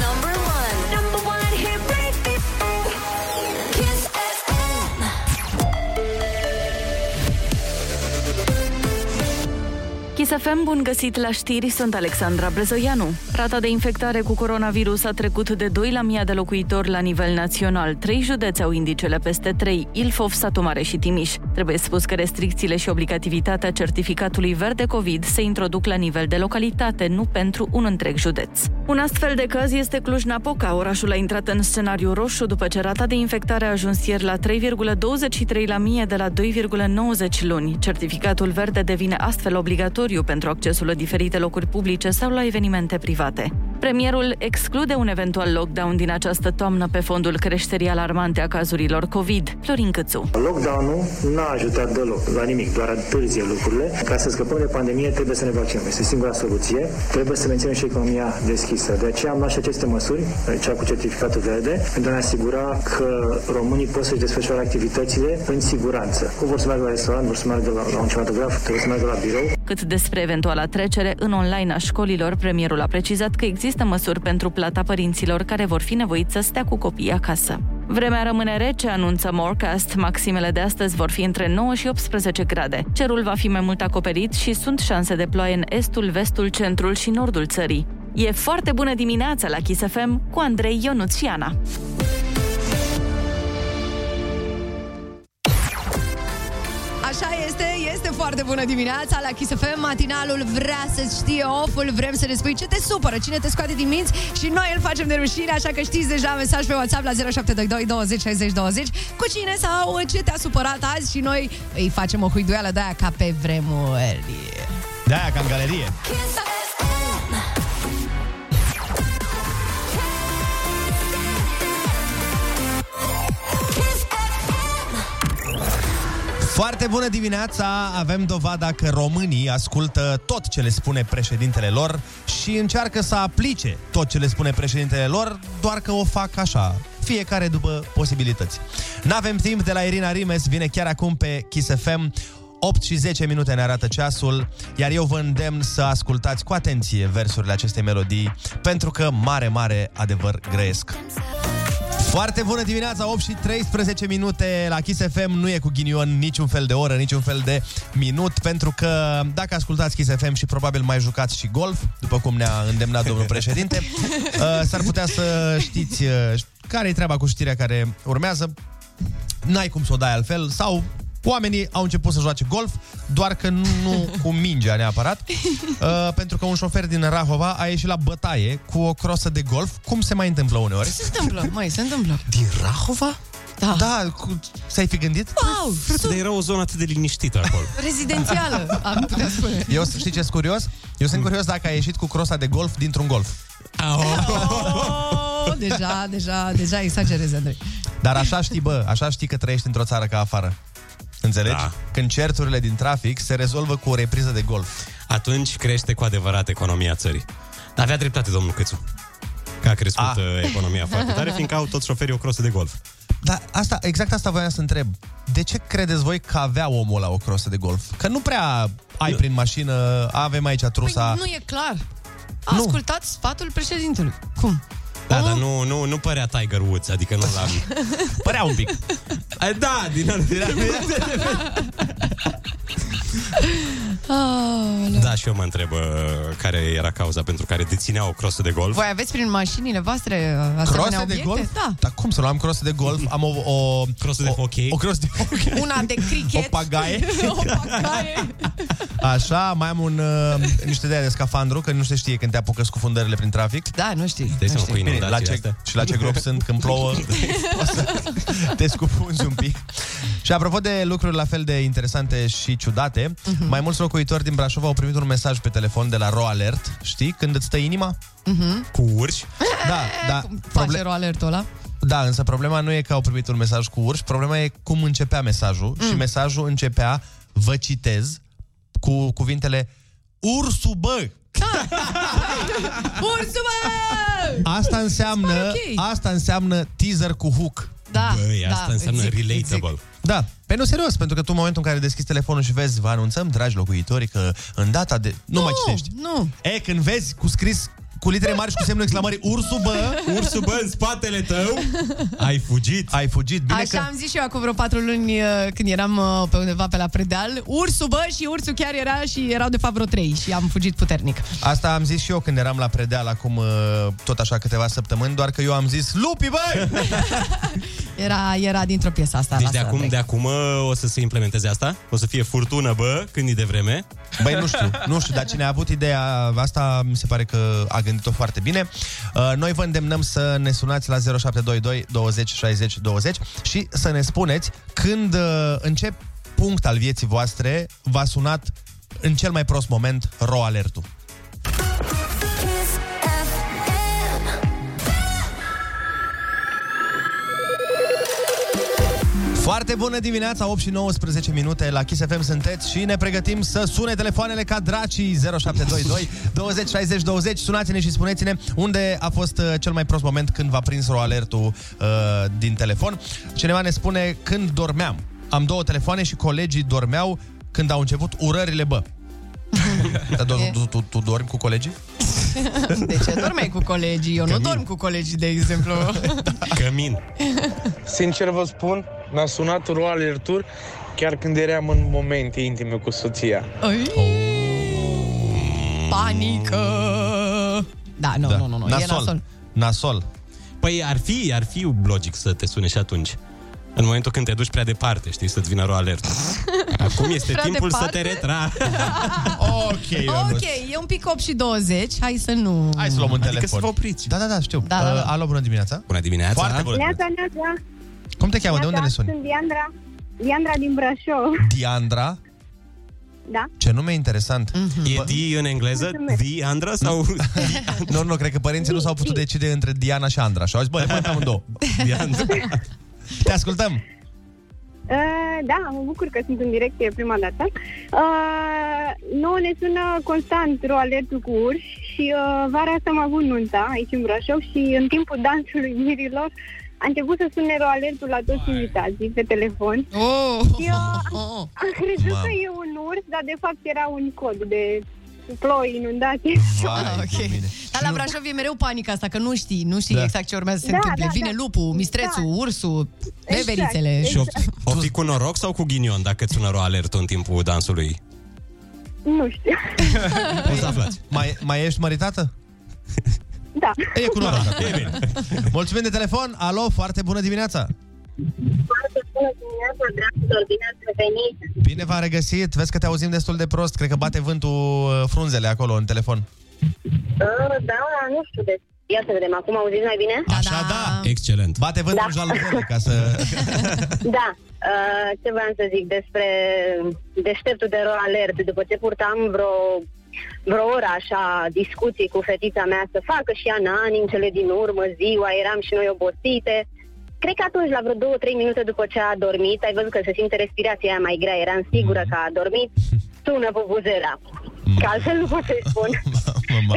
Number one. Number one hit radio. Kiss FM.
Chisafem, bun găsit la știri, sunt Alexandra Brezoianu. Rata de infectare cu coronavirus a trecut de 2 la 1000 de locuitori la nivel național. Trei județe au indicele peste 3, Ilfov, Satu Mare și Timiș. Trebuie spus că restricțiile și obligativitatea certificatului verde COVID se introduc la nivel de localitate, nu pentru un întreg județ. Un astfel de caz este Cluj-Napoca. Orașul a intrat în scenariu roșu după ce rata de infectare a ajuns ieri la 3,23 la mie de la 2,90 luni. Certificatul verde devine astfel obligatoriu pentru accesul la diferite locuri publice sau la evenimente private. Premierul exclude un eventual lockdown din această toamnă pe fondul creșterii alarmante a cazurilor COVID. Florin Cățu.
Lockdown-ul n-a ajutat deloc la nimic, doar întârzie lucrurile. Ca să scăpăm de pandemie trebuie să ne vaccinăm. Este singura soluție. Trebuie să menținem și economia deschisă. De aceea am luat și aceste măsuri, cea cu certificatul verde, pentru a ne asigura că românii pot să-și desfășoare activitățile în siguranță. Cum vor să meargă la restaurant, vor să meargă la, la un cinematograf, trebuie să meargă la birou.
Cât despre eventuala trecere în online a școlilor, premierul a precizat că există măsuri pentru plata părinților care vor fi nevoiți să stea cu copiii acasă. Vremea rămâne rece, anunță Morecast. Maximele de astăzi vor fi între 9 și 18 grade. Cerul va fi mai mult acoperit și sunt șanse de ploaie în estul, vestul, centrul și nordul țării. E foarte bună dimineața la Kiss FM cu Andrei Ionuț și Ana.
Așa este, este foarte foarte bună dimineața la Kiss FM. Matinalul vrea să știe oful, vrem să ne spui ce te supără, cine te scoate din minți și noi îl facem de rușine, așa că știți deja mesaj pe WhatsApp la 0722 20 60 20 cu cine sau ce te-a supărat azi și noi îi facem o huiduială de aia ca pe vremuri.
Da, ca în galerie. Foarte bună dimineața! Avem dovada că românii ascultă tot ce le spune președintele lor și încearcă să aplice tot ce le spune președintele lor, doar că o fac așa, fiecare după posibilități. N-avem timp de la Irina Rimes, vine chiar acum pe Kiss FM. 8 și 10 minute ne arată ceasul, iar eu vă îndemn să ascultați cu atenție versurile acestei melodii, pentru că mare, mare adevăr grăiesc. Foarte bună dimineața, 8 și 13 minute la Kiss FM. Nu e cu ghinion niciun fel de oră, niciun fel de minut, pentru că dacă ascultați Kiss FM și probabil mai jucați și golf, după cum ne-a îndemnat domnul președinte, uh, s-ar putea să știți uh, care e treaba cu știrea care urmează. N-ai cum să o dai altfel sau Oamenii au început să joace golf, doar că nu cu mingea neapărat, uh, pentru că un șofer din Rahova a ieșit la bătaie cu o crosă de golf, cum se mai întâmplă uneori.
Ce se întâmplă? Mai se întâmplă.
Din Rahova? Da. Da, cu... ți-ai fi gândit?
Wow!
Păi, Dar era o zonă atât de liniștită acolo.
Rezidențială, am putea spune.
[LAUGHS] Eu știi ce curios? Eu sunt curios dacă ai ieșit cu crosa de golf dintr-un golf.
Oh, deja, deja, deja exagerez, Andrei.
[LAUGHS] Dar așa știi, bă, așa știi că trăiești într-o țară ca afară. Înțelegi? Da. Când certurile din trafic se rezolvă cu o repriză de golf.
Atunci crește cu adevărat economia țării. Dar avea dreptate domnul Cățu. Că a crescut
Ah.
ah. economia foarte [LAUGHS] tare, fiindcă au toți șoferii o crosă de golf.
Dar asta, exact asta voiam să întreb. De ce credeți voi că avea omul ăla o crosă de golf? Că nu prea ai prin mașină, avem aici trusa...
Păi Nu e clar. A ascultat sfatul președintelui.
[LAUGHS]
Cum?
Da, dar nu, nu, nu părea Tiger Woods, adică nu l-am...
Părea un pic.
Da, din al- din al-
Oh,
Da, și eu mă întreb uh, care era cauza pentru care deținea o crosă de golf.
Voi aveți prin mașinile voastre uh, asemenea
Crosă
obiecte?
de golf?
Da.
Dar cum să luăm crosă de golf? Am o... o crosă de hockey. O, o crosă de hockey.
[LAUGHS] Una de cricket.
O pagaie.
[LAUGHS] o pagaie.
Așa, mai am un, uh, niște de aia de scafandru, că nu se știe când te apucă scufundările prin trafic.
Da, nu știi.
Dai seama cu
Bine, la
inundațiile
ce,
astea.
și la ce grop sunt când
[LAUGHS]
plouă. o să te scufunzi un pic. Și apropo de lucruri la fel de interesante și ciudate,
Mhm.
uh-huh. mai mulți locuitori din Brașov au primit un mesaj pe telefon de la RoAlert, știi? Când îți stă inima?
Mhm.
Cu urși?
Da, da.
Face ro alertul ăla.
Da, însă problema nu e că au primit un mesaj cu urși, problema e cum începea mesajul mm. și mesajul începea, vă citez, cu cuvintele Ursu, bă!
Ursul, bă!
Asta înseamnă,
Spike!
asta înseamnă teaser cu hook.
Da,
Băi,
da,
asta înseamnă
îți zic, îți zic.
relatable.
Da, pe nu serios, pentru că tu în momentul în care deschizi telefonul și vezi, vă anunțăm, dragi locuitori, că în data de... Nu, nu mai citești.
Nu.
E, când vezi cu scris cu litere mari și cu semnul exclamării Ursu, bă!
Ursu, bă, în spatele tău! Ai fugit!
Ai fugit, bine
Așa
că...
am zis și eu acum vreo patru luni uh, când eram uh, pe undeva pe la predeal. Ursul, bă, și ursul chiar era și erau de fapt vreo trei și am fugit puternic.
Asta am zis și eu când eram la predeal acum uh, tot așa câteva săptămâni, doar că eu am zis Lupi, băi!
Era, era dintr-o piesă asta.
Deci
lasă,
de acum,
Andrei.
de acum uh, o să se implementeze asta? O să fie furtună, bă, când e de vreme?
Băi, nu știu, nu știu, dar cine a avut ideea asta mi se pare că a gândit-o foarte bine. Uh, Noi vă îndemnăm să ne sunați la 0722 20 60 20 și să ne spuneți când uh, în ce punct al vieții voastre v-a sunat în cel mai prost moment ro alertul. Foarte bună dimineața, 8 și 19 minute la Kiss FM sunteți și ne pregătim să sune telefoanele ca dracii 0722 20 60 20. Sunați-ne și spuneți-ne unde a fost uh, cel mai prost moment când v-a prins roalertul uh, din telefon. Cineva ne spune când dormeam. Am două telefoane și colegii dormeau când au început urările, bă. Dar tu, tu, tu, tu dormi cu colegii?
[LAUGHS]
De ce Deci dormeai cu colegii? Eu nu dorm cu colegii, de exemplu. Da.
Cămin.
Sincer vă spun, mi-a sunat Roal Ertur chiar când eram în momente intime cu soția.
Ai.
Oh.
Panică! Da, nu,
Da.
nu, nu, nu. E
Nasol.
nasol.
Nasol.
Păi ar fi, ar fi logic să te sune și atunci. În momentul când te duci prea departe, știi, să-ți vină o alertă. Acum este
Prea
timpul să te
departe?
retra.
ok,
Ok, e un pic 8 și 20, hai să nu...
Hai să luăm un
Adică
telefon.
să vă
opriți. Da, da, da, știu.
Da, da, da.
Uh, Alo, bună dimineața.
Bună dimineața.
Foarte bună.
Neața, neața.
Cum te cheamă? De unde
Neața,
ne suni?
Sunt Diandra. Diandra din Brașov. [LAUGHS]
Diandra.
Da?
Ce nume interesant.
E Di în engleză? Di Andra sau...
nu, nu, cred că părinții nu s-au putut decide între Diana și Andra. Și au zis, bă, hai pe amândouă.
Diandra.
Te ascultăm.
Uh, da, mă bucur că sunt în direct, e prima dată. Uh, nouă ne sună constant roalertul cu urși și uh, vara asta am avut nunta aici în Brașov și în timpul dansului mirilor a început să sune roalertul la toți invitații pe telefon.
Oh.
Și uh,
[LAUGHS]
[LAUGHS] am crezut că e un urs, dar de fapt era un cod de ploi, inundații.
Uh,
[LAUGHS]
Vai,
ok. Dar la Brașov e mereu panica asta, că nu știi, nu știi
Da.
exact ce urmează să se
Da,
întâmple.
da,
Vine
da. Exact,
lupul, mistrețul, ursul, veverițele.
Și o, o fi cu noroc sau cu ghinion dacă îți sună ro alert în timpul dansului?
Nu știu.
Poți aflați.
Mai, mai ești măritată?
Da.
E cu noroc. E bine. Mulțumim de telefon. Alo, foarte bună dimineața.
Foarte bună dimineața, dragilor, bine ați revenit!
Bine v-am regăsit. Vezi că te auzim destul de prost. Cred că bate vântul uh, frunzele acolo în telefon.
Uh, da, nu știu de... Ia să vedem, acum auziți mai bine?
Așa da.
Excelent.
Bate vântul da. la lucrări ca să...
Da, uh, ce vreau să zic despre deșteptul de ro alert, după ce purtam vreo, vreo oră așa discuții cu fetița mea să facă și Ana ani în cele din urmă, ziua, eram și noi obosite. Cred că atunci, la vreo 2-3 minute după ce a dormit, ai văzut că se simte respirația aia mai grea, eram sigură că a dormit, sună vuvuzela. Că altfel nu pot să-i spun.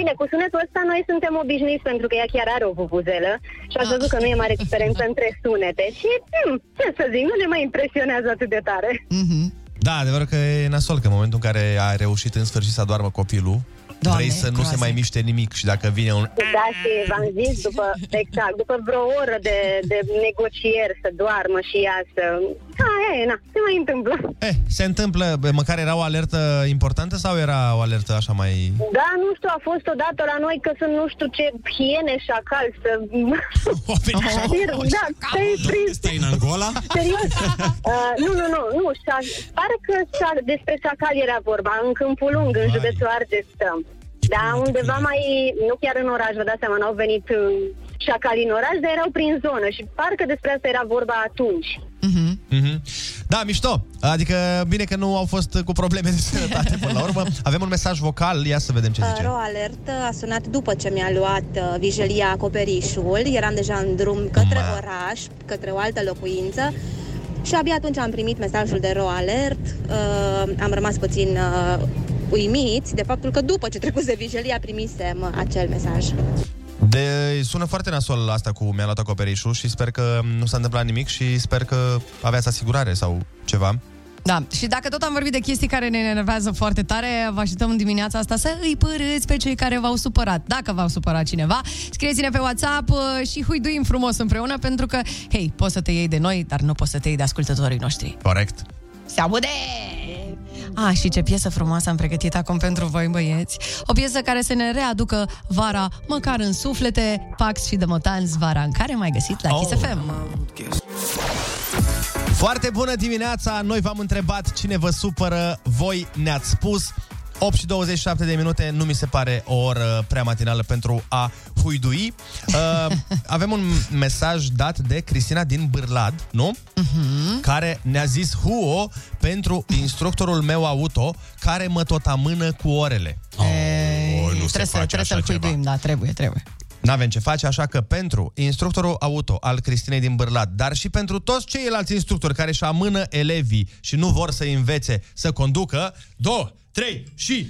Bine, cu sunetul ăsta noi suntem obișnuiți pentru că ea chiar are o vuvuzelă și ați văzut că nu e mare diferență între sunete și, hmm, ce să zic, nu ne mai impresionează atât de tare.
Da, adevărul că e nasol că în momentul în care a reușit în sfârșit să adoarmă copilul,
Doamne,
vrei să nu
groaznic.
se mai miște nimic și dacă vine un...
Da, și v-am zis, după, exact, după vreo oră de, de negocieri să doarmă și ea să... Aia e, na, se mai întâmplă.
Eh, se întâmplă, bă, măcar era o alertă importantă sau era o alertă așa mai...
Da, nu știu, a fost odată la noi că sunt nu știu ce hiene, șacal, să... [LAUGHS] da, te-ai prins.
Stai în Angola?
Serios? Uh, nu, nu, nu, nu, șa- pare că șa- despre șacal era vorba, în Câmpul Lung, în județul Argeș stăm. Da, undeva mai, nu chiar în oraș, vă dați seama, n-au venit uh, șacali în oraș, dar erau prin zonă și parcă despre asta era vorba atunci.
Mhm. Da, mișto! Adică bine că nu au fost cu probleme de sănătate până la urmă. Avem un mesaj vocal, ia să vedem ce zice.
Ro alert a sunat după ce mi-a luat uh, vijelia acoperișul. Eram deja în drum către oraș, către o altă locuință. Și abia atunci am primit mesajul de ro alert. Uh, am rămas puțin uh, uimiți de faptul că după ce trecuse vijelia primisem uh, acel mesaj.
De, sună foarte nasol asta cu mi-a luat acoperișul și sper că nu s-a întâmplat nimic și sper că aveați asigurare sau ceva.
Da, și dacă tot am vorbit de chestii care ne enervează foarte tare, vă așteptăm în dimineața asta să îi părâți pe cei care v-au supărat. Dacă v-au supărat cineva, scrieți-ne pe WhatsApp uh, și huiduim frumos împreună, pentru că, hei, poți să te iei de noi, dar nu poți să te iei de ascultătorii noștri.
Corect.
Se aude! A, Ah, și ce piesă frumoasă am pregătit acum pentru voi, băieți. O piesă care să ne readucă vara, măcar în suflete, Pax și Dămătanz, vara în care mai găsit la Kiss FM.
Foarte bună dimineața! Noi v-am întrebat cine vă supără, voi ne-ați spus. 8 și 27 de minute, nu mi se pare o oră prea matinală pentru a huidui. Uh, avem un mesaj dat de Cristina din Bârlad, nu? Care ne-a zis huo pentru instructorul meu auto care mă tot amână cu orele.
Oh,
nu se
trebuie să,
face
trebuie
așa
să-l
ceva.
huiduim, da, trebuie, trebuie.
N-avem ce face, așa că pentru instructorul auto al Cristinei din Bârlad, dar și pentru toți ceilalți instructori care își amână elevii și nu vor să învețe să conducă, 2, 3 și...
Și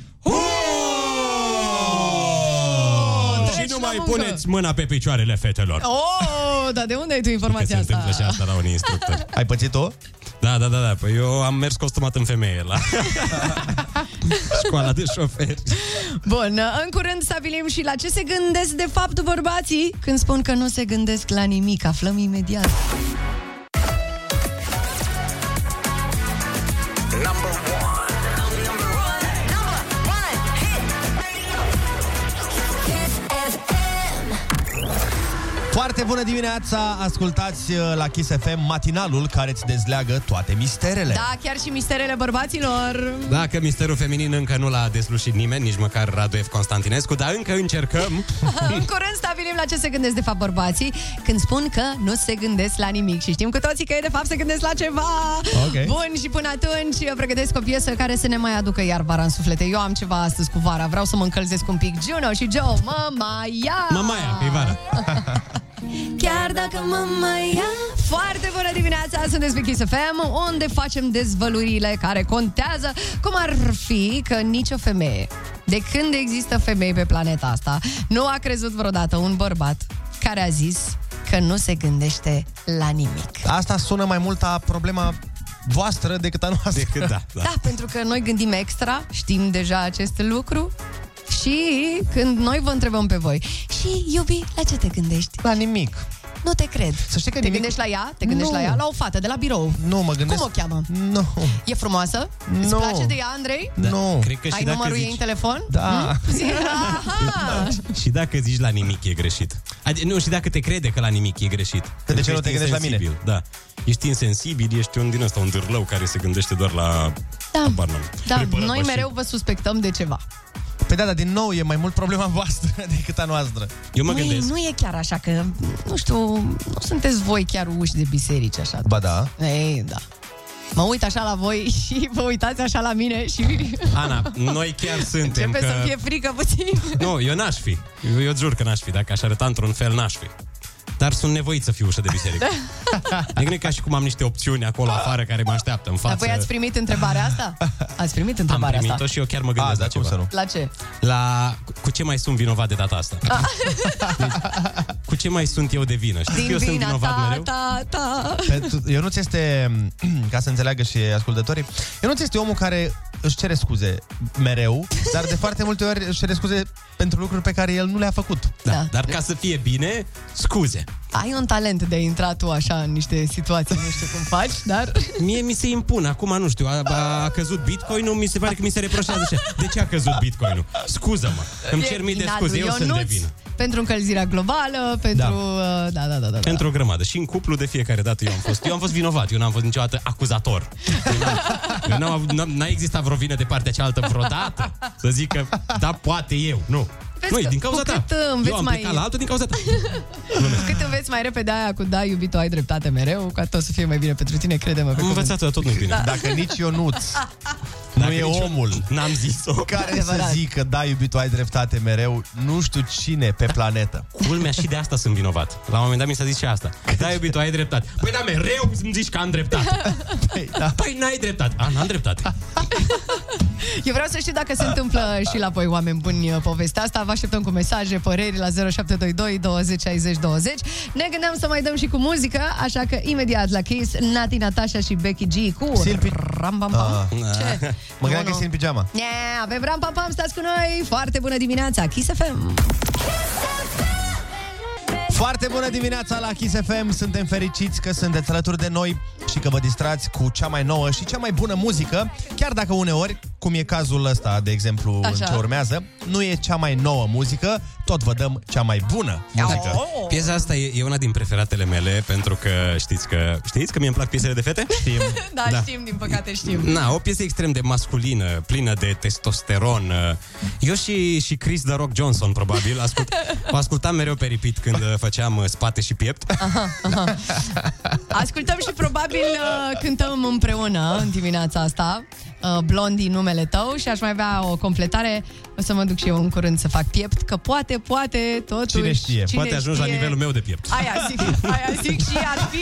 Treci
nu
Deci la
mai
muncă.
puneți mâna pe picioarele fetelor.
Oh, dar de unde ai tu
Că se
informația asta?
întâmplă și asta la un instructor.
[LAUGHS] Ai pățit-o?
Da, da, da, da. Păi eu am mers costumat în femeie
[LAUGHS]
la școala de șoferi.
Bun, în curând stabilim și la ce se gândesc de fapt bărbații când spun că nu se gândesc la nimic. Aflăm imediat.
Foarte bună dimineața! Ascultați uh, la Kiss FM matinalul care îți dezleagă toate misterele.
Da, chiar și misterele bărbaților.
Dacă misterul feminin încă nu l-a deslușit nimeni, nici măcar Radu F. Constantinescu, dar încă încercăm.
[LAUGHS] în curând stabilim la ce se gândesc de fapt bărbații când spun că nu se gândesc la nimic și știm cu toții că ei de fapt se gândesc la ceva.
Ok.
Bun, și până atunci eu pregătesc o piesă care să ne mai aducă iar vara în suflete. Eu am ceva astăzi cu vara, vreau să mă încălzesc un pic. Juno și Joe, mama ia!
Mamaia, că e vara.
Chiar dacă mama ia Foarte bună dimineața, sunteți pe Kiss FM Unde facem dezvăluirile care contează Cum ar fi că nicio femeie De când există femei pe planeta asta Nu a crezut vreodată un bărbat Care a zis că nu se gândește la nimic
Asta sună mai mult a problema voastră decât a noastră. Decât, da,
da. pentru că noi gândim extra, știm deja acest lucru și când noi vă întrebăm pe voi Și iubi, la ce te gândești?
La nimic
Nu te cred Să știi
că
Te
nimic-
gândești la ea? [LAUGHS] Te gândești
Nu.
la ea? La o fată de la birou
Nu, mă gândesc...
Cum o cheamă?
Nu.
E frumoasă? Îți
Nu.
place de ea, Andrei?
Da. Nu. Cred că și
Ai
dacă
numărul
zici-
ei în telefon?
Da. [LAUGHS]
Hmm? Zi- Aha. Da.
și dacă zici la nimic, e greșit. Adică, nu, și dacă te crede că la nimic e greșit. Că
de ce nu te gândești la mine?
Da. Ești insensibil, ești un din ăsta, un dârlău care se gândește doar la...
Da.
Habar n-am.
Da,
Prepară
noi
mașini.
mereu vă suspectăm de ceva.
Păi da, dar din nou e mai mult problema [LAUGHS] voastră decât a noastră.
Eu
Măi, nu e chiar așa că, nu știu, nu sunteți voi chiar uși de biserici așa.
Ba da.
Ei, da. Mă uit așa la voi [LAUGHS] și vă uitați așa la mine și
[LAUGHS]
[LAUGHS]
Ana, noi chiar suntem
începe
că...
să-mi fie frică
[LAUGHS]
puțin.
Nu, eu n-aș fi. Eu, eu îți jur că n-aș fi. Dacă aș arăta într-un fel, n-aș fi. Dar sunt nevoit să fiu ușă de
Da.
biserică. Adică nu e ca și cum am niște opțiuni acolo afară care mă așteaptă în față.
Dar voi ați primit întrebarea
[LAUGHS]
asta? Ați primit
am
întrebarea
primit-o
asta?
și eu chiar mă gândesc A, da, la ceva. Să nu?
La ce?
La cu- cu ce mai sunt vinovat de data asta? Deci,
Ah.
Cu ce mai sunt eu de vină? Știți că
Din
eu sunt
vina
vinovat
ta,
mereu?
ta, ta.
[LAUGHS]
Pentru- Ionuț este, [CLEARS THROAT] ca să înțeleagă și ascultătorii, Ionuț este omul care își cere scuze mereu, dar de foarte multe ori își cere scuze pentru lucruri pe care el nu le-a făcut.
Da.
Dar ca să fie bine, scuze.
Ai un talent de a intra tu așa în niște situații, nu știu cum faci, dar...
Mie mi se impun, acum nu știu, a, a căzut bitcoinul, mi se pare că mi se reproșează așa. De ce a căzut bitcoinul? Scuză-mă, îmi
E
cer mii de
vina
scuze,
lui
eu sunt de
Ionuț
vină.
Pentru încălzirea globală, pentru... Da, da, da, da. da.
Pentru o grămadă. Și în cuplu de fiecare dată eu am fost. Eu am fost vinovat, eu n-am fost niciodată acuzator. Eu n-am, eu n-am, avut- n-am, n-a existat vreo vină de partea cealaltă vreodată. Să zic că, da, poate eu. Nu.
Vezi
nu,
că
e din cauza
cu
ta.
cât, uh, înveți
eu am
mai-
plecat la altul din cauza ta.
Cât înveți mai repede aia cu da, iubito, ai dreptate mereu, cu atât o să fie mai bine pentru tine, crede-mă. Pe
Am învățat tot nu bine.
Da.
Dacă nici Ionuț
Dacă
nu e
nici eu
omul
N-am zis-o.
[LAUGHS] care să
Adevărat.
zică, da, iubito, ai dreptate mereu, nu știu cine pe planetă.
Culmea și de asta sunt vinovat. La un moment dat mi s-a zis și asta. Da, iubito, ai dreptate. Păi da, mereu îmi zici că am dreptate. Păi, da. păi n-ai dreptate. A, n-am dreptate.
[LAUGHS] Eu vreau să știu dacă se întâmplă și la voi, oameni buni, uh, povestea asta. Vă așteptăm cu mesaje, păreri la 0722 20 60 20. Ne gândeam să mai dăm și cu muzică, așa că imediat la Kiss, Nati, Natasha și Becky G cu Ram Bam
Ah.
Bam.
Ce? Ah. Mă gândeam că este în pijama.
Yeah, avem Ram Pam Pam, stați cu noi! Foarte bună dimineața, Kiss FM!
Foarte bună dimineața la Kiss FM, suntem fericiți că sunteți alături de noi și că vă distrați cu cea mai nouă și cea mai bună muzică, chiar dacă uneori, cum e cazul ăsta, de exemplu,
Așa.
Așa. ce urmează, nu e cea mai nouă muzică, tot vă dăm cea mai bună muzică.
Oh. Piesa asta e, e una din preferatele mele pentru că știți că știți că mi îmi plac piesele de fete? Știm.
Da, da, știm, din păcate știm.
Na, o piesă extrem de masculină, plină de testosteron. Eu și, și Chris The Rock Johnson, probabil, ascult, o ascultam mereu pe repeat când uh, făceam uh, spate și piept.
Aha,
[LAUGHS]
aha. Ascultăm și probabil uh, cântăm împreună în dimineața asta uh, Blondie, numele tău și aș mai avea o completare. O să mă duc și eu în curând să fac piept, că poate, poate, totuși...
Poate ajungi la
știe?
nivelul meu de piept.
Aia zic, aia zic și ar fi,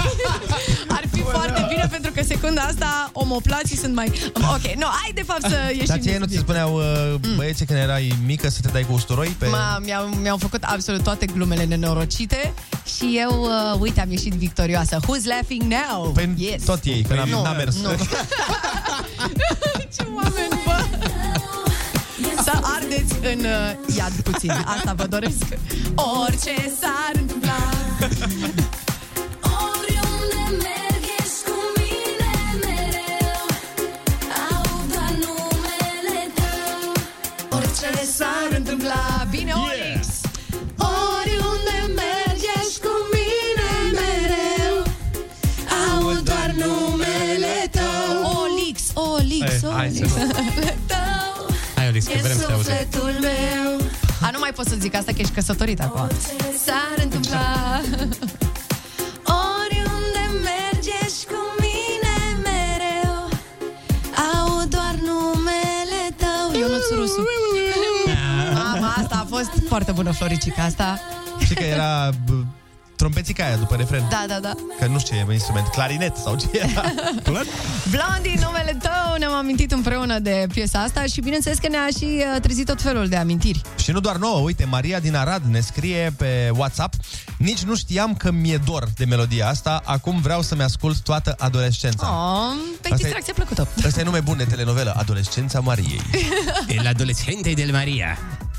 ar fi foarte bine pentru că secunda asta omoplații sunt mai... Ok, no, hai de fapt să ieșim
Dar
din
ție nu ți
subiect.
spuneau uh, băieții când erai mică să te dai cu usturoi pe...
Ma, mi-au, mi-au făcut absolut toate glumele nenorocite și eu, uh, uite, am ieșit victorioasă. Who's laughing now? Păi yes.
Tot ei, că n-am,
Nu,
n-am mers.
nu. [LAUGHS]
[LAUGHS]
Ce oameni, bă! Să ardeți în uh, iad puțin. Asta vă doresc. Orice s-ar întâmpla.
Oriunde merg, ești cu mine mereu Aud doar numele tău
Orice s-ar întâmpla. Bine, Olix!
Oriunde mergi, ești cu mine
Eh, Hai să... Hai, Olix, că vrem să te auzim.
meu A, nu mai pot să zic asta că ești căsătorit acum S-ar întâmpla
Oriunde mergi ești cu mine mereu Aud doar numele tău
Ionuț Rusu Mama, asta a fost foarte bună, Floricica asta
Știi că era bă, trompețica aia după refren.
Da, da, da
Că nu știu ce e instrument, clarinet sau ce
[LAUGHS]
era. Clar?
Blondie, numele tău, ne-am amintit împreună de piesa asta și bineînțeles că ne-a și uh, trezit tot felul de amintiri.
Și nu doar nouă, uite, Maria din Arad ne scrie pe WhatsApp Nici nu știam că mi-e dor de melodia asta, acum vreau să-mi ascult toată adolescența.
Oh, pe
Da. Asta e-
distracție plăcută.
Ăsta e nume bun de telenovelă, Adolescența Mariei.
El adolescente del Maria.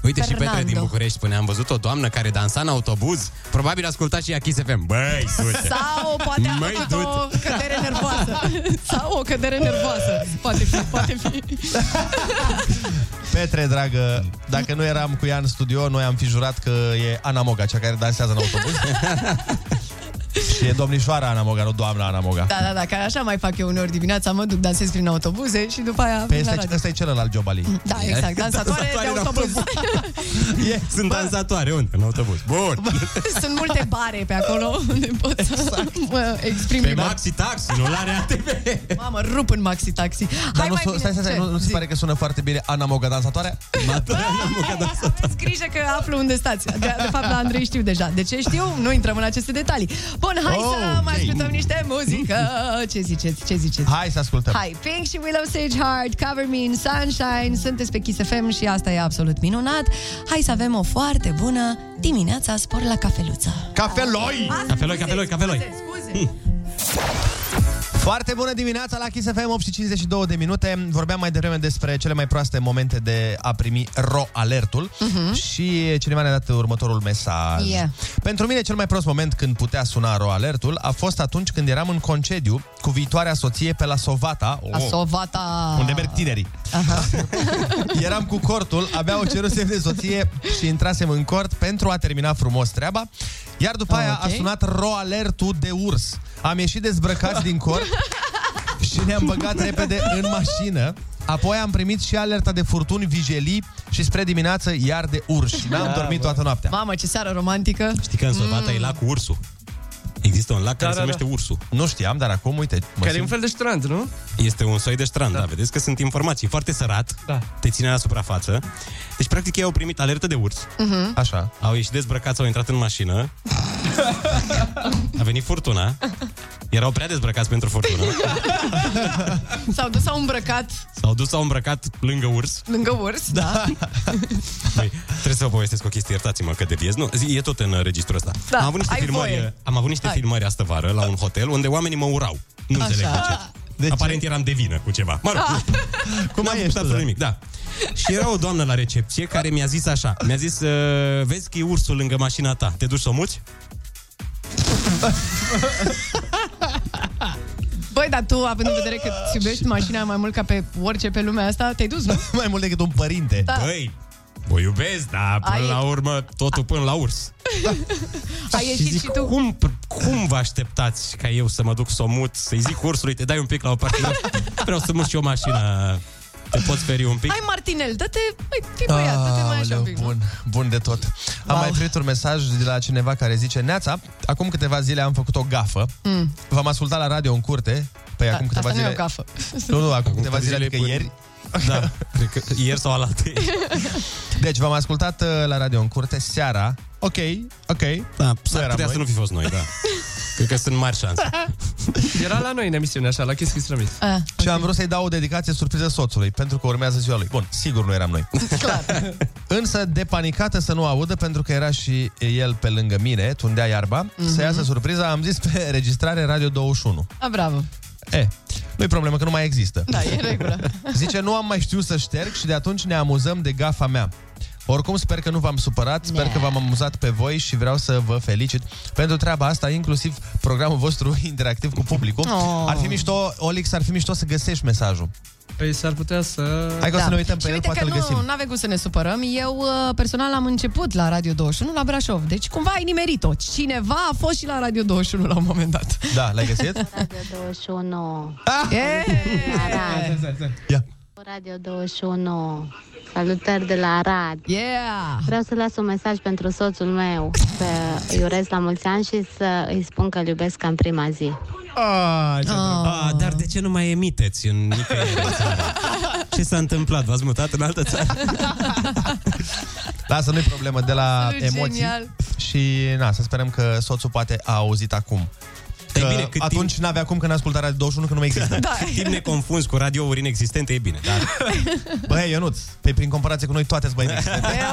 Uite și Petre
Fernando.
din București spune, am văzut o doamnă care dansa în autobuz, probabil asculta și ea Kiss FM. Băi, sute!
Sau poate a
Măi,
avut
du-te.
o cădere nervoasă. Sau o cădere nervoasă. Poate fi, poate fi.
Petre, dragă, dacă nu eram cu ea în studio, noi am fi jurat că e Ana Moga, cea care dansează în [LAUGHS] autobuz. și e domnișoara Ana Moga, nu doamna Ana Moga.
Da, da, da, că așa mai fac eu uneori dimineața, mă duc, dansez prin autobuze și după aia
Păi
Pe
vin la
ăsta,
radio.
ăsta e celălalt job al ei.
Da, exact, dansatoare de
în
autobuz.
Sunt dansatoare, unde? În autobuz. Bun!
[LAUGHS] Sunt multe bare pe acolo unde pot să mă exprim
Pe
liber.
Maxi Taxi, nu la ATV.
Mamă, rup în maxi taxi.
Dar
Hai
nu,
mai
stai,
bine.
stai, stai,
Ce?
nu, nu se pare că sună foarte bine Ana Moga dansatoarea? Ana Moga dansatoare.
Aveți grijă că aflu unde stați. De, de fapt, la Andrei știu deja. De ce știu? Nu intrăm în aceste detalii. Bun, hai oh, să
Ok.
mai ascultăm niște muzică. Ce ziceți? Ce ziceți?
Hai să ascultăm.
Hai, Pink și Willow Sage Heart, Cover Me in Sunshine, sunteți pe Kiss FM și asta e absolut minunat. Hai să avem o foarte bună dimineața spor la cafeluță.
Cafeloi! Hm.
Cafeloi, cafeloi, cafeloi.
Foarte bună dimineața la Kiss FM, 8 și 52 de minute. Vorbeam mai devreme despre cele mai proaste momente de a primi ro-alertul
Mhm.
uh-huh. și cineva ne-a dat următorul mesaj.
Yeah.
Pentru mine cel mai prost moment când putea suna ro-alertul a fost atunci când eram în concediu cu viitoarea soție pe la Sovata.
La Sovata.
Oh. Unde merg tinerii. [LAUGHS] Eram cu cortul, abia o cerusem de soție și intrasem în cort pentru a termina frumos treaba. Iar după aia
Ok.
a sunat roalertul de urs. Am ieșit dezbrăcați din
[LAUGHS]
cort și ne-am băgat repede în mașină. Apoi am primit și alerta de furtuni, vijelii și spre dimineață iar de urși. N-am
Da,
dormit
bă.
toată noaptea.
Mamă, ce seară romantică. Mm.
Știi că Adică în Sovata e lacul Ursu. Există un lac care
da,
se
da.
numește Ursu.
Nu știam, dar acum, uite, mă
Care e un
simt-
fel de strand, nu?
Este un soi de strand, da. da. Vedeți că sunt informații. Foarte sărat, da. te ține la suprafață. Deci, practic, ei au primit alertă de urs.
Mhm.
Așa.
Au ieșit dezbrăcați, au intrat în mașină. A venit furtuna. Erau prea dezbrăcați pentru furtună.
S-au dus, s-au îmbrăcat
S-au dus, s-au îmbrăcat lângă urs.
lângă urs. Da.
Băi, trebuie să vă povestesc o chestie, iertați-mă că deviez. Nu, zi, e tot în uh, registrul ăsta.
Da,
am avut niște
ai
filmări, uh,
eh.
voie.
am avut niște
Hai.
filmări astă vară la un hotel unde oamenii mă urau. Nu
Așa.
înțeleg de ce. Aparent eram de vină cu ceva. Mă rog,
Da.
[LAUGHS] Cum ai ești, absolut nimic, da. Și era o doamnă la recepție care mi-a zis așa. Mi-a zis, "Uh, vezi că e ursul lângă mașina ta. Te duci să o muți?
Băi, dar tu, având în vedere că îți iubești mașina mai mult ca pe orice pe lumea asta, te-ai dus, nu?
[LAUGHS] mai mult decât un părinte.
Da.
Băi, o iubesc, dar până
Ai-
la urmă totul până la urs.
Ai ieșit și,
zic,
tu.
Cum, cum vă așteptați ca eu să mă duc să o mut, să-i zic ursului, te dai un pic la o parte, vreau să mut și eu mașina, te poți feri un pic?
Hai, Martinel, dă-te, mai, pipuia, dă-te mai așa un pic. nu?
bun, bun de tot. Am mai primit un mesaj de la cineva care zice Neața, acum câteva zile am făcut o gafă.
Mm.
V-am ascultat la radio în curte. Păi acum câteva
Da, Asta
zile...
nu e o gafă.
Nu,
[LAUGHS]
nu, acum câteva zile, adică ieri.
[LAUGHS] Da, cred că ieri sau alaltă.
Deci v-am ascultat uh, la radio în curte seara. Ok, ok.
Da,
Nu
s-ar
eram
putea
noi.
să nu fi fost
[LAUGHS]
noi, da. Cred că sunt mari șanse.
Era la noi în emisiune, așa, la Kiss Kiss Remix.
Ah,
Și am vrut să-i dau Da, o dedicație surpriză soțului, pentru că urmează ziua lui. Bun, sigur nu eram noi.
clar.
Însă, depanicată să nu audă, pentru că era și el pe lângă mine, tundea iarba,
Mhm.
mm-hmm. să iasă surpriza, am zis pe registrare Radio 21.
Ah,
A, bravo.
E, nu-i problemă că nu mai există.
Da, e în regulă.
[LAUGHS] Zice, nu am mai știut să șterg și de atunci ne amuzăm de gafa mea. Oricum, sper că nu v-am supărat, sper că v-am amuzat pe voi și vreau să vă felicit pentru treaba asta, inclusiv programul vostru [LAUGHS] interactiv cu publicul.
Oh.
Ar fi mișto, Olix, ar fi mișto să găsești mesajul.
Păi s-ar putea să...
Hai că
Da.
o să ne uităm pe
Da. și
el,
uite
poate
că
îl
nu,
găsim.
nu avem cum să ne supărăm. Eu uh, personal am început la Radio 21 la Brașov, deci cumva ai nimerit-o. Cineva a fost și la Radio 21 la un moment dat.
Da, l-ai găsit?
Radio 21.
Ah!
Yeah!
Arad.
Ia.
Radio 21. Salutări de la Arad.
Yeah!
Vreau să las un mesaj pentru soțul meu, să îi urez la mulți ani și să îi spun că îl iubesc ca în prima zi.
Ah,
ah, dar de ce nu mai emiteți în nicăieri în țară? Ce s-a întâmplat? V-ați mutat în altă țară?
Lasă, nu-i problemă, de la
Salut,
emoții.
genial.
Și na, să sperăm că soțul poate a auzit acum. Că bine, cât atunci n-avea acum când asculta Radio 21 că nu mai [LAUGHS] există.
Da. Cât timp ne confunzi cu radiouri inexistente, e bine. Dar...
Băi, Ionuț, pe prin comparație cu noi toate sunt băi
[LAUGHS]
inexistente.
[LAUGHS]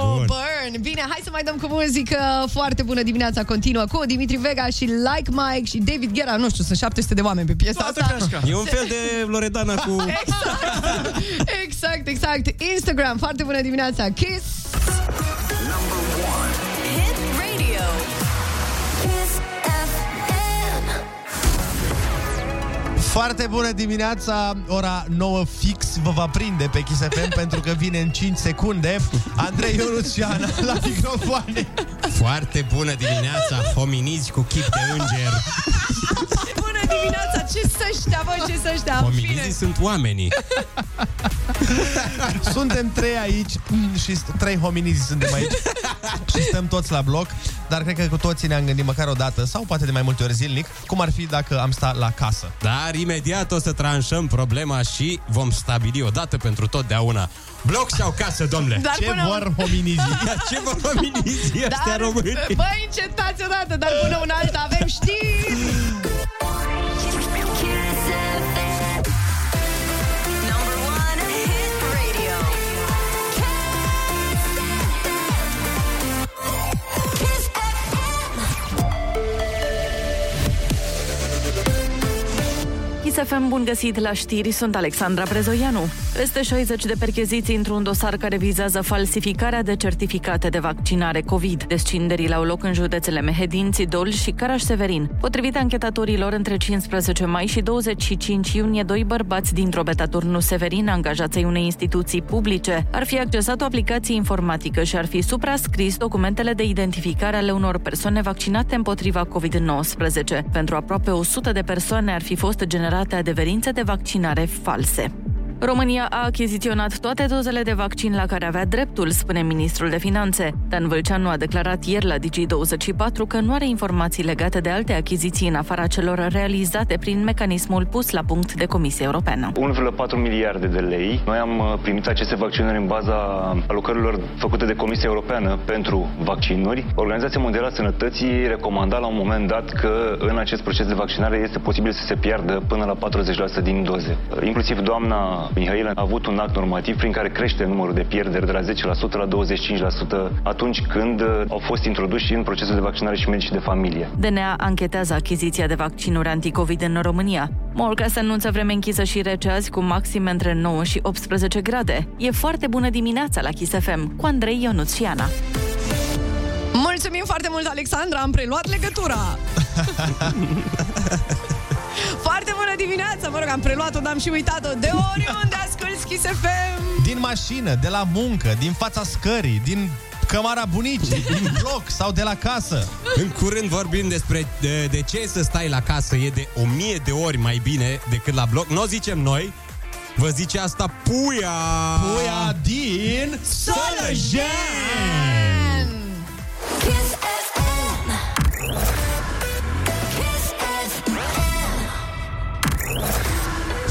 Oh, burn! Bine, hai să mai dăm cu muzică foarte bună dimineața continuă cu Dimitri Vega și Like Mike și David Guerra. Nu știu, sunt 700 de oameni pe piesa
Toată
asta.
creașca. E un fel de Loredana cu...
Exact, exact. Instagram, foarte bună dimineața.
[LAUGHS]
Kiss!
Hit
[LAUGHS]
radio. Kiss FM.
Foarte bună dimineața, ora 9 fix vă va prinde pe Kiss FM [LAUGHS] pentru că vine în 5 secunde Andrei Ionuț și Ana la microfoane.
Foarte bună dimineața, hominizi cu chip de înger.
Bună dimineața! Ce să știa, bă, ce să știa! În
Hominizii sunt oamenii.
[LAUGHS] Suntem trei aici mm, și st- trei hominizi suntem aici și stăm toți la bloc, dar cred că cu toții ne-am gândit măcar o dată sau poate de mai multe ori zilnic cum ar fi dacă am stat la casă.
Dar imediat o să tranșăm problema și vom stabili o dată pentru totdeauna. Bloc sau casă, domnule?
Dar
Ce
până-
vor [LAUGHS] hominizii? Ce vor hominizii ăștia
Dar,
români?
băi, încetați odată, dar până un alta avem știri!
Kiss FM. Number one hit radio. Kiss FM.
ISFM bun găsit la știri, sunt Alexandra Brezoianu. Peste 60 de percheziții într-un dosar care vizează falsificarea de certificate de vaccinare COVID. Descinderile au loc în județele Mehedin, Țidol și Caraș-Severin. Potrivit anchetatorilor, între 15 mai și 25 iunie, doi bărbați dintr-o beta turnul Severin, angajații unei instituții publice, ar fi accesat o aplicație informatică și ar fi suprascris documentele de identificare ale unor persoane vaccinate împotriva COVID-19. Pentru aproape 100 de persoane ar fi fost generate adeverințe de vaccinare false. România a achiziționat toate dozele de vaccin la care avea dreptul, spune ministrul de finanțe. Dan Vâlceanu a declarat ieri la Digi24 că nu are informații legate de alte achiziții în afara celor realizate prin mecanismul pus la punct de Comisia Europeană.
1,4 miliarde de lei. Noi am uh, primit aceste vaccinuri în baza alocărilor făcute de Comisia Europeană pentru vaccinuri. Organizația Mondială a Sănătății recomanda la un moment dat că în acest proces de vaccinare este posibil să se piardă până la 40% din doze. Uh, Inclusiv doamna Mihaila a avut un act normativ prin care crește numărul de pierderi de la 10% la 25% atunci când uh, au fost introduși în procesul de vaccinare și medicii de familie.
DNA anchetează achiziția de vaccinuri anticovid în România. Molca se anunță vreme închisă și rece azi cu maxime între 9 și 18 grade. E foarte bună dimineața la Kiss FM cu Andrei Ionuț și Ana.
Mulțumim foarte mult, Alexandra, am preluat legătura! Foarte bună dimineața! Mă rog, am preluat-o, dar am și uitat-o de oriunde asculti Kiss FM!
Din mașină, de la muncă, din fața scării, din cămara bunicii, din bloc sau de la casă.
În curând vorbim despre de, de ce să stai la casă e de o mie de ori mai bine decât la bloc. Nu o zicem noi, vă zice asta puia!
Puia din Sălăjen!
Kiss FM. Kiss FM.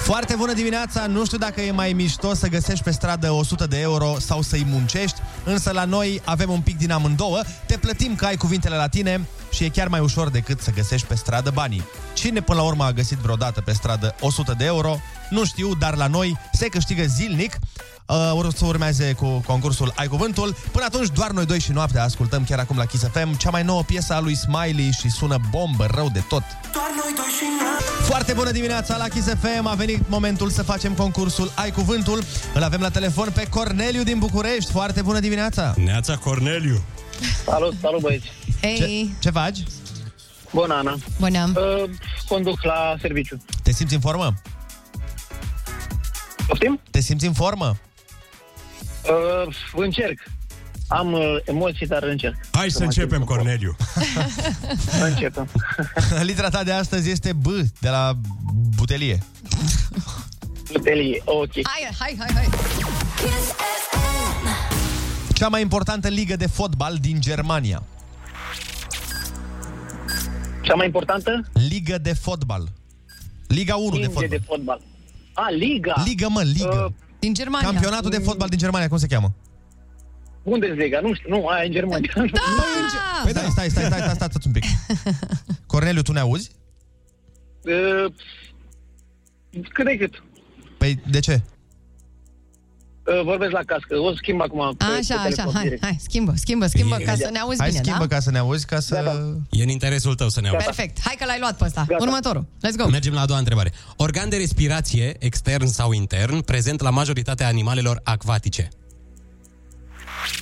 Foarte bună dimineața! Nu știu dacă e mai mișto să găsești pe stradă 100 de euro sau să-i muncești, însă la noi avem un pic din amândouă, te plătim că ai cuvintele la tine și e chiar mai ușor decât să găsești pe stradă banii. Cine până la urmă a găsit vreodată pe stradă 100 de euro? Nu știu, dar la noi se câștigă zilnic. Uh, ur- să urmeze cu concursul Ai Cuvântul. Până atunci, doar noi doi și noaptea ascultăm chiar acum la Kiss FM cea mai nouă piesă a lui Smiley și sună bombă rău de tot.
Doar noi doi și noi.
Foarte bună dimineața la Kiss FM. A venit momentul să facem concursul Ai Cuvântul. Îl avem la telefon pe Corneliu din București. Foarte bună dimineața!
Neața Corneliu!
Salut, salut băieți!
Hei!
Ce faci?
Bună, Ana!
Bună!
Uh, conduc la serviciu.
Te simți în formă?
Poftim?
Te simți în formă?
Uh, încerc. Am uh, emoții, dar încerc.
Hai să începem, Corneliu!
[LAUGHS] Începem.
Litera ta de astăzi este B, de la butelie.
Delie, ok.
Hai, hai, hai, hai.
Cea mai importantă ligă de fotbal din Germania.
Cea mai importantă?
Ligă de fotbal. Liga 1 de fotbal.
de fotbal. A, Liga. Uh,
Ligă, mă, ligă.
Din Germania.
Campionatul de fotbal din Germania, cum se cheamă?
Bundesliga, nu știu, [LAUGHS] nu, aia e în Germania.
Da!
Păi da, stai, stai, stai, stai, stai, stai un pic. Corneliu, tu ne auzi?
Uh, cât de cât.
Păi, de ce?
Uh, vorbesc la cască, o schimb acum.
Păi,
pe-
Așa,
pe telefon
așa, hai,
direct.
hai, schimbă, schimbă, schimbă, ca să ne auzi
Hai
bine,
schimbă
da?
ca să ne auzi, ca să...
da. E în interesul tău să ne auzi.
Perfect, hai că l-ai luat pe ăsta. Următorul, [LAUGHS] let's go.
Mergem la a doua întrebare. Organ de respirație, extern sau intern, prezent la majoritatea animalelor acvatice.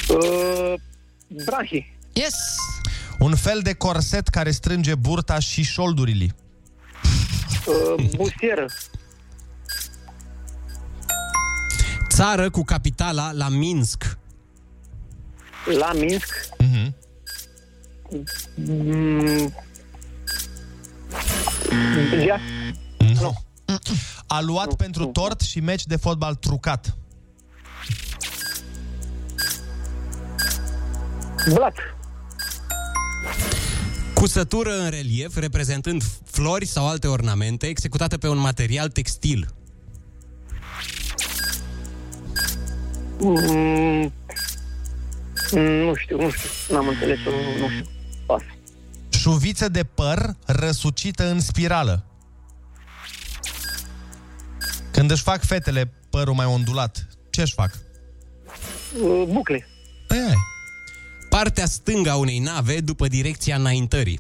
Uh, brahi.
Yes!
Un fel de corset care strânge burta și șoldurile.
Э,
Uh, bustieră.
Țară cu capitala la Minsk.
La Minsk.
Mhm.
Mm. Ia.
Nu. A luat pentru tort și meci de fotbal trucat.
Blat.
Cusătură în relief, reprezentând flori sau alte ornamente, executată pe un material textil.
Mm. Nu știu, nu știu. N-am înțeles, nu, nu știu. Pas.
Șuviță de păr răsucită în spirală. Când își fac fetele părul mai ondulat, ce își fac?
Uh, bucle.
Păi aia e.
Partea stângă a unei nave după direcția înaintării.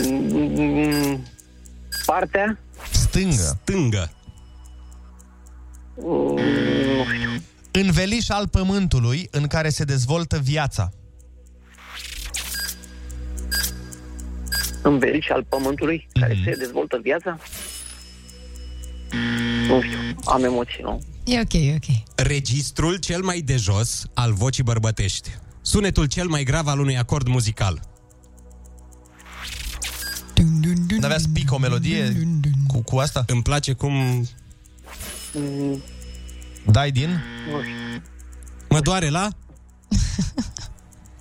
Mm. Partea.
Stângă.
Stângă.
Mm.
Înveliș al pământului în care se dezvoltă viața.
Înveliș al pământului care
Mhm.
se dezvoltă viața. Nu știu, am emoții, nu?
E ok, e ok.
Registrul cel mai de jos al vocii bărbătești. Sunetul cel mai grav al unui acord muzical.
N-avea spic o melodie cu, cu asta?
Îmi place cum
Mm,
Dai din?
Nu știu.
mă doare la...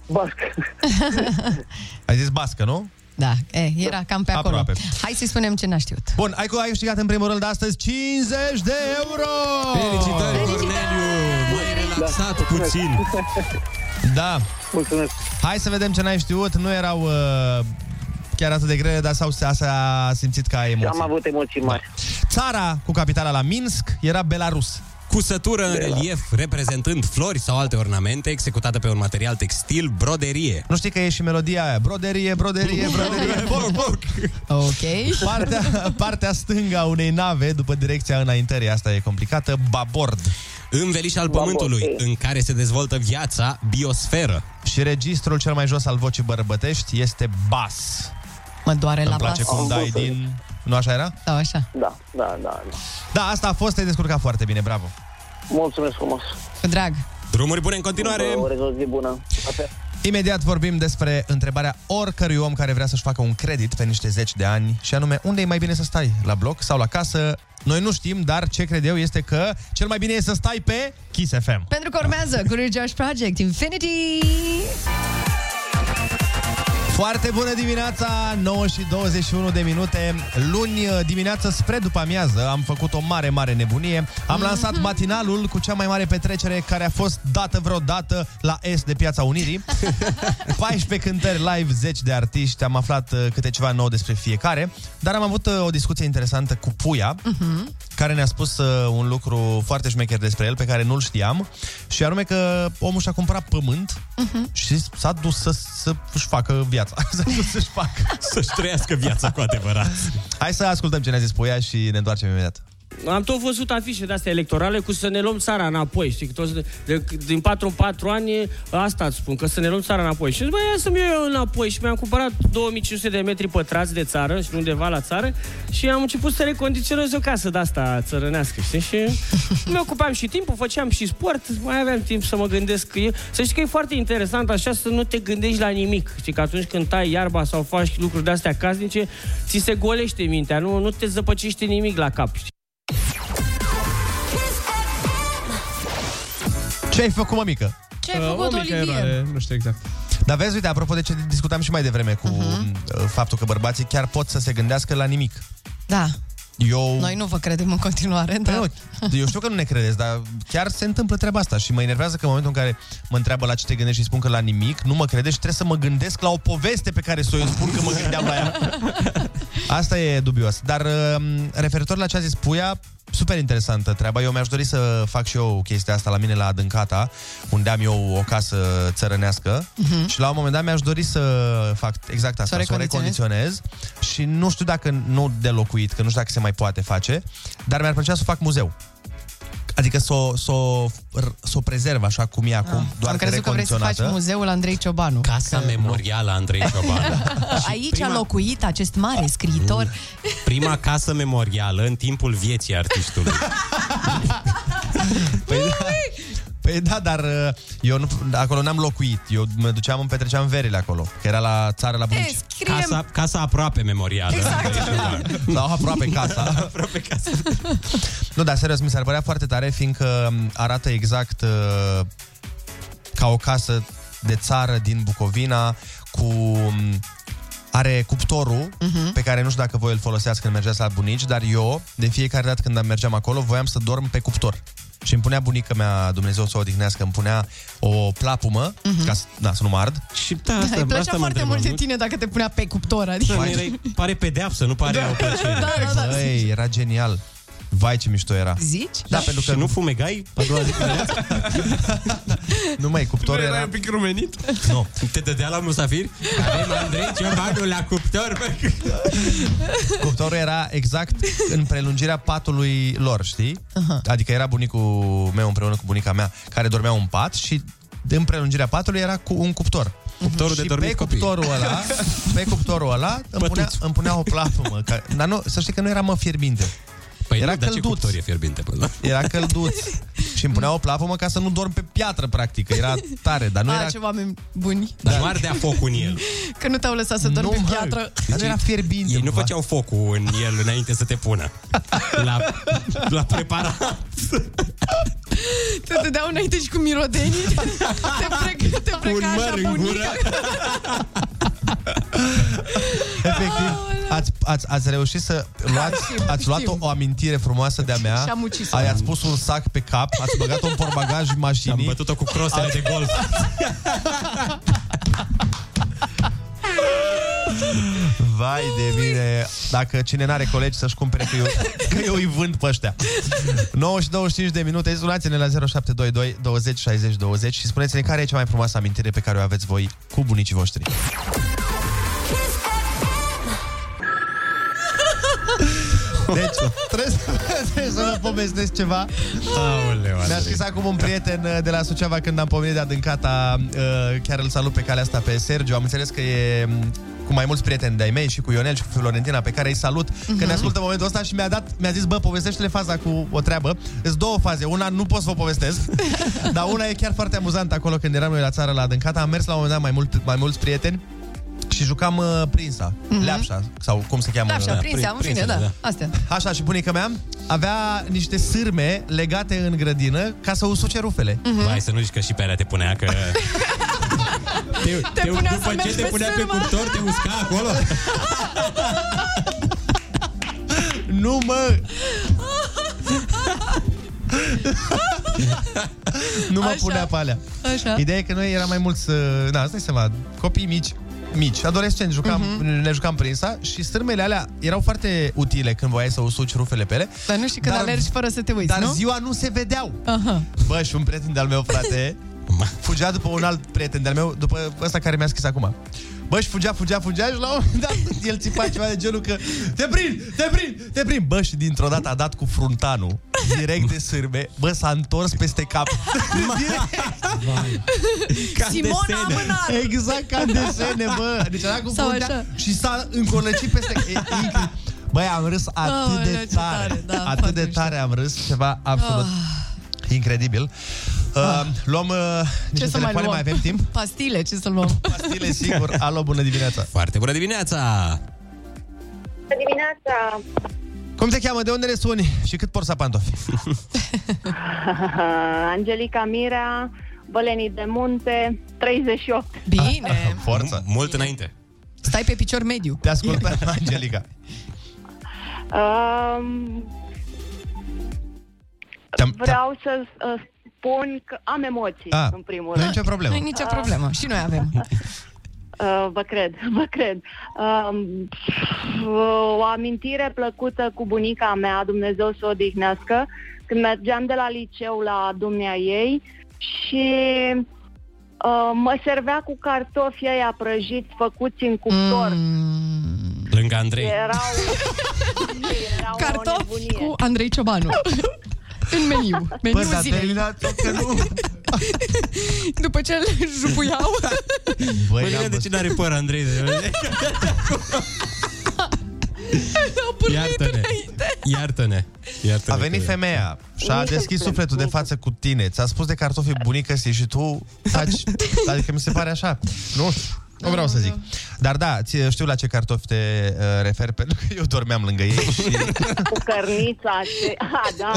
Basc.
Ai zis bască, nu?
Da, e, era cam pe acolo.
Aproape.
Hai să-i spunem ce n-a știut.
Bun, ai, ai câștigat în primul rând de astăzi 50 de euro!
Felicitări, Corneliu! M-ai relaxat puțin.
Da,
Mulțumesc.
hai să vedem ce n-ai știut. Nu erau uh, chiar atât de grele, dar sau s-a, s-a simțit ca
Și
emoții. Da.
am avut emoții mari.
Țara cu capitala la Minsk era Belarus.
Cusătură în relief, reprezentând flori sau alte ornamente, executată pe un material textil, broderie.
Nu știi că e și melodia aia? Broderie, broderie, broderie.
[LAUGHS] Boc, boc.
Ok.
Partea, partea stângă a unei nave, după direcția înaintării, asta e complicată, babord.
Înveliș al pământului, în care se dezvoltă viața, biosferă.
Și registrul cel mai jos al vocii bărbătești este bas.
Mă doare la
Îmi
pas.
place cum dai din... Nu așa era?
Da, așa.
Da, da, da. da.
Da, asta a fost, te-ai descurcat foarte bine, bravo.
Mulțumesc frumos.
Cu drag.
Drumuri bune în continuare!
O rezolv zi bună. La fel.
Imediat vorbim despre întrebarea oricărui om care vrea să-și facă un credit pe niște zeci de ani și anume unde e mai bine să stai, la bloc sau la casă. Noi nu știm, dar ce cred eu este că cel mai bine e să stai pe Kiss FM.
Pentru că urmează Guru Josh Project Infinity.
Foarte bună dimineața, 9 și 21 de minute. Luni dimineață spre după amiază am făcut o mare, mare nebunie. Am lansat matinalul cu cea mai mare petrecere care a fost dată vreodată la S de Piața Unirii. 14 cântări live, 10 de artiști, am aflat uh, câte ceva nou despre fiecare, dar am avut uh, o discuție interesantă cu Puia,
Mhm.
care ne-a spus uh, un lucru foarte șmecher despre el, pe care nu-l știam, și anume că omul și-a cumpărat pământ
Mhm.
și s-a dus să, să își facă viața. [LAUGHS] S-a dus să-și facă.
Să-și trăiască viața cu adevărat.
Hai să ascultăm ce ne-a zis Puia și ne întoarcem imediat.
Am tot văzut afișe de-astea electorale cu să ne luăm țara înapoi, știi, că toți, de, de, din 4 în 4 ani, asta îți spun, că să ne luăm țara înapoi. Și zic, băi, ia să-mi iau eu înapoi și mi-am cumpărat 2500 de metri pătrați de țară și undeva la țară și am început să recondiționez o casă de-asta țărănească, știi, și [LAUGHS] mi ocupam și timpul, făceam și sport, mai aveam timp să mă gândesc că e, să știi că e foarte interesant așa să nu te gândești la nimic, știi, că atunci când tai iarba sau faci lucruri de-astea casnice, ți se golește mintea, nu, nu te zăpăcește nimic la cap, știi?
Ce ai făcut, mămică?
Ce ai făcut, Olivier?
nu știu exact. Dar vezi, uite, apropo de ce discutam și mai devreme cu
Mhm.
uh-huh. faptul că bărbații chiar pot să se gândească la nimic.
Da.
Eu,
Noi nu vă credem în continuare, dar...
eu, eu știu că nu ne credeți, dar chiar se întâmplă treaba asta și mă enervează că în momentul în care mă întreabă la ce te gândești și spun că la nimic, nu mă crede și trebuie să mă gândesc la o poveste pe care să o spun că mă gândeam la ea. Asta e dubios. Dar um, referitor la ce a zis Puia, super interesantă treaba. Eu mi-aș dori să fac și eu chestia asta la mine la Adâncata, unde am eu o casă țărănească
Mhm.
și la un moment dat mi-aș dori să fac exact asta, să o
recondiționezi?
recondiționez și nu știu dacă nu de locuit, că nu știu dacă se mai poate face, dar mi-ar plăcea să o fac muzeu. Adică să o, să o, să o prezerv așa cum e acum, doar
Ah, Am
că
crezut că vrei să faci
recondiționată.
muzeul Andrei Ciobanu.
Casa memorială a Andrei Cioban.
[LAUGHS] Aici a locuit acest mare scriitor.
Prima casă memorială în timpul vieții artistului.
[LAUGHS] Păi da, păi da dar uh, eu nu, acolo n-am locuit. Eu mă duceam, îmi petreceam verile acolo, că era la țară la bunici.
scriem- Exact.
Casa, casa aproape memorială. Exact.
[LAUGHS] Sau aproape casa. aproape casa. nu, dar serios, mi s-ar părea foarte tare, fiindcă um, arată exact uh, ca o casă de țară din Bucovina, cu um, are cuptorul
Mhm.
uh-huh. pe care nu știu dacă voi îl foloseați când mergeați la bunici, dar eu, de fiecare dată când mergeam acolo, voiam să dorm pe cuptor. Și îmi punea bunica mea, Dumnezeu să o odihnească, îmi punea o plapumă, uh-huh. ca să, da, să nu mă ard.
Și da,
Mhm. Da, îi plăcea foarte mult de tine dacă te punea pe cuptor, adică...
Păi,
Pare, pare pedeapsă, nu pare o plăcere.
Da, da, da.
Băi, era genial. Vai ce mișto era.
Zici?
Da, pentru că Păi,
nu fumegai a doua zi dimineață?
Nu mai cuptorul era...
un pic rumenit?
Nu.
Te dădea la musafir? Avem Andrei Ciobanu la cuptor. bă.
Cuptorul era exact în prelungirea patului lor, știi?
Aha.
Adică era bunicul meu împreună cu bunica mea, care dormea un pat și în prelungirea patului era cu un cuptor.
Cuptorul de
și
dormit
pe
copii.
cuptorul ăla, pe cuptorul ăla îmi punea, îmi punea o plapumă. Ca, dar nu, să știi că nu era mă fierbinte.
Păi
era
nu, dar ce
călduț.
cuptor e fierbinte până la urmă?
Era călduț. și îmi punea o plapumă ca să nu dorm pe piatră, practic. că Era tare, dar nu
A,
era... Da.
ce oameni buni,
Dar nu ardea focul în el.
[LAUGHS] că nu te-au lăsat să
Nu,
dormi pe
mă. deci
piatră.
Dar nu era fierbinte.
Deci, Ei nu
cumva.
făceau focul în el înainte să te pună. La, la preparat.
Te dădeau înainte și cu
[LAUGHS]
mirodenii. Te freca, te
Un
freca
măr în
așa bunica.
gură.
[LAUGHS] Efectiv, ați, ați, ați reușit să luați,
știm,
ați luat o,
știm.
o amintire frumoasă de-a mea.
Și-am ucis-o.
Ai, ați pus un sac pe cap, ați băgat-o în porbagaj
Am
mașinii.
bătut-o cu crosele de golf.
[LAUGHS] Vai de mine! Dacă cine n-are colegi să-și cumpere, că eu, că eu îi vând pe ăștia. 9 și 25 de minute, sunați-ne la 0722 20 60 20 și spuneți-ne care e cea mai frumoasă amintire pe care o aveți voi cu bunicii voștri. Deci, trebuie să, trebuie să vă povestesc ceva.
Aoleu,
Mi-a
Andrei.
scris acum un prieten uh, de la Suceava când am pomenit de adâncata, uh, chiar îl salut pe calea asta pe Sergiu. Am înțeles că e um, cu mai mulți prieteni de-ai mei și cu Ionel și cu Florentina pe care îi salut, uh-huh. că ne ascultă în momentul ăsta și mi-a dat, mi-a zis, bă, povestește-le faza cu o treabă. Sunt două faze. Una nu pot să vă povestesc, dar una e chiar foarte amuzantă acolo când eram noi la țară la adâncata. Am mers la un moment dat mai, mult, mai mulți prieteni și jucam uh, prinsa, uh-huh. leapșa, sau cum se cheamă.
Da, așa,
uh,
prinse, am în fine,
prinse,
da.
da.
Astea.
Așa, și bunica mea avea niște sârme legate în grădină ca să usuce rufele.
Mhm.
Vai, să nu zici că și pe alea te punea că... Te, te,
punea să
după ce
mergi
te
pe
punea pe
sârmă.
cuptor, te usca acolo?
[LAUGHS]
Nu, mă! nu mă
Așa.
punea pe alea.
Așa.
Ideea e că noi eram mai mulți, uh, na, îți dai seama, copii mici, mici, adolescenți, jucam,
Mhm.
uh-huh. ne jucam prinsa și sârmele alea erau foarte utile când voiai să usuci rufele pe ele,
Dar nu știi când
Dar-
alergi fără să te uiți,
dar
nu?
ziua nu se vedeau.
Aha.
[LAUGHS]
Bă, și un prieten de-al meu, frate, Fugea după un alt prieten de-al meu, după ăsta care mi-a scris acum. Bă, și fugea, fugea, fugea și la un moment dat [LAUGHS] el țipa ceva de genul că te prind, te prind, te prind. Bă, și dintr-o dată a dat cu fruntanul direct de sârme. Bă, s-a întors peste
[LAUGHS]
cap.
[LAUGHS]
Ca în Simona desene. Amânar.
Exact, ca în desene, bă. Deci a dat cu
Sau
fruntea
așa.
și s-a încolăcit peste... E, incredibil. Băi, am râs atât
Aoleu,
de
ce
tare,
tare, da,
atât de tare am râs, ceva absolut incredibil. Uh, luăm uh, niște
să mai
telefoane, mai,
luăm?
mai avem
[LAUGHS]
timp?
Pastile, ce să luăm?
Pastile, sigur. Alo, bună dimineața.
Foarte bună dimineața!
Bună dimineața!
Cum te cheamă, de unde ne suni și cât porți la pantofi?
Angelica Mirea, Bălenii de Munte, 38.
Bine.
[LAUGHS] Forță!
Mult înainte.
Stai pe picior mediu.
Te ascultăm, Angelica.
Um,
Te-am-
vreau să uh, spun că am emoții,
Ah,
în primul
nu e
rând.
nicio problemă.
Nu e nicio problemă. Și noi avem.
[LAUGHS] Uh, vă cred, [LAUGHS] vă cred. Um, uh, o amintire plăcută cu bunica mea, Dumnezeu să o odihnească, când mergeam de la liceu la dumnea ei și uh, mă servea cu cartofii aia prăjiți, făcuți în cuptor.
Mm,
Lângă Andrei.
Erau,
Cartofi cu Andrei
[LAUGHS]
Ciobanu. În meniu.
Păi,
Meniu
dar
zilei.
că nu...
[LAUGHS] După ce îl jupuiau.
Băi, Bă, de ce n-are păr,
[LAUGHS]
Andrei? Iartă-ne. [LAUGHS] Iartă-ne.
A
Iartă-ne.
venit femeia și a deschis sufletul de față cu tine. Ți-a spus de cartofi bunică și tu [LAUGHS] faci... Adică mi se pare așa. Nu știu. Nu vreau să zic. Dar da, ți- știu la ce cartofi te uh, referi, [LAUGHS] pentru că eu dormeam lângă ei [LAUGHS] și...
cu cărnița [LAUGHS] aceea, a, da,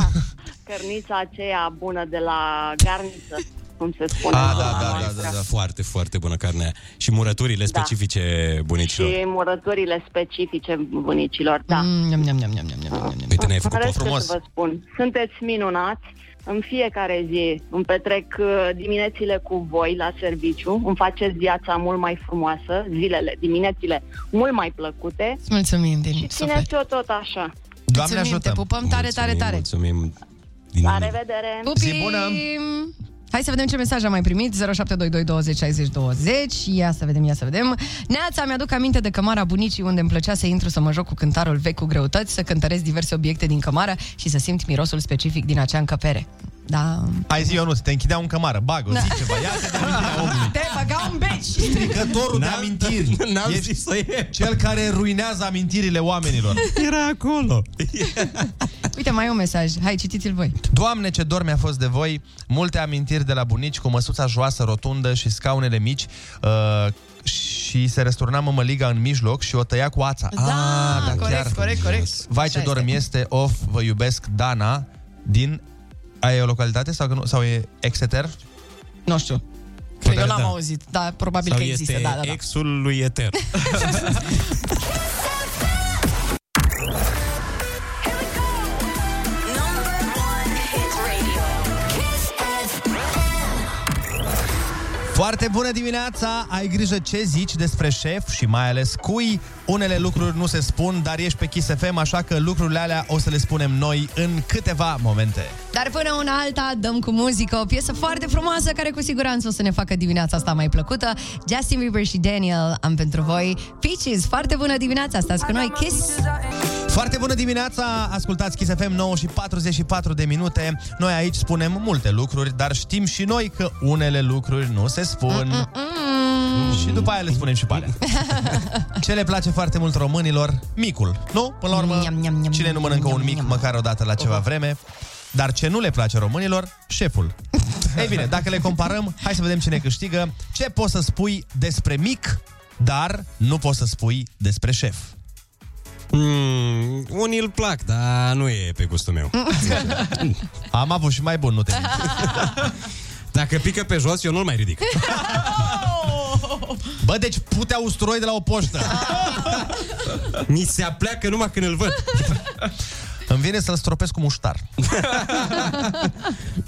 cărnița aceea bună de la garniță, cum se spune.
A,
Ah,
la
da, da, da,
noastră.
da, da, foarte, foarte bună carnea. Și murăturile
Da.
specifice bunicilor.
Și murăturile specifice bunicilor, da.
Niam, niam, niam, niam, niam, niam.
Uite, ne-ai făcut
În
pe
rest, ce
frumos.
să vă spun, sunteți minunați. În fiecare zi îmi petrec uh, diminețile cu voi la serviciu, îmi faceți viața mult mai frumoasă, zilele, diminețile mult mai plăcute.
Îți Mulțumim din suflet.
Țineți-o tot așa.
Doamne
Mulțumim,
ajută!
Te pupăm tare, tare, tare.
Mulțumim.
La revedere!
Pupim! Hai să vedem ce mesaj am mai primit 0722 20 60 20 Ia să vedem, ia să vedem Neața, mi-aduc aminte de cămara bunicii Unde îmi plăcea să intru să mă joc cu cântarul vechi cu greutăți Să cântăresc diverse obiecte din cămară Și să simt mirosul specific din acea încăpere Da
Hai zi, Ionuț, te închideau în cămară, bagă, da. zi ceva, ia să te [LAUGHS]
Te băga un beci
Stricătorul de amintiri.
N-am
Ești
zis să e.
Cel care ruinează amintirile oamenilor.
Era acolo.
Uite, mai e un mesaj, hai citiți-l voi
Doamne, ce dor mi-a fost de voi! Multe amintiri de la bunici cu măsuța joasă, rotundă și scaunele mici uh, și se răsturna mămăliga în mijloc și o tăia cu ața. Ah,
Da, corect, corect, corect.
Vai ce
Așa
dor
este.
mi este, of, vă iubesc, Dana, din... Ai o localitate sau, că nu, sau e Exeter?
Nu știu. Cred că l-am auzit, da, probabil
Sau
că există
este
da, da, da.
exul lui
[LAUGHS]
Eter.
Foarte bună dimineața! Ai grijă ce zici despre șef și mai ales cui. Unele lucruri nu se spun, dar ești pe Kiss FM, așa că lucrurile alea o să le spunem noi în câteva momente.
Dar până una alta dăm cu muzică o piesă foarte frumoasă care cu siguranță o să ne facă dimineața asta mai plăcută. Justin Bieber și Daniel am pentru voi. Peaches, foarte bună dimineața, stați cu noi, Kiss!
Foarte bună dimineața! Ascultați Kiss FM 9 și 44 de minute. Noi aici spunem multe lucruri, dar știm și noi că unele lucruri nu se
Mm,
spun. Și după aia le spunem și pe alea. Ce le place foarte mult românilor? Micul, nu? Până la urmă, cine nu mănâncă un mic măcar o dată la ceva vreme? Dar ce nu le place românilor? Șeful. Ei bine, dacă le comparăm, hai să vedem cine câștigă. Ce poți să spui despre mic, dar nu poți să spui despre șef?
Mm, unii îl plac, dar nu e pe gustul meu.
[LAUGHS] Am avut și mai bun, nu te
[LAUGHS] Dacă pică pe jos, eu nu-l mai ridic.
Bă, deci putea usturoi de la o poștă.
Mi se apleacă numai când îl văd.
Îmi vine să-l stropesc cu muștar.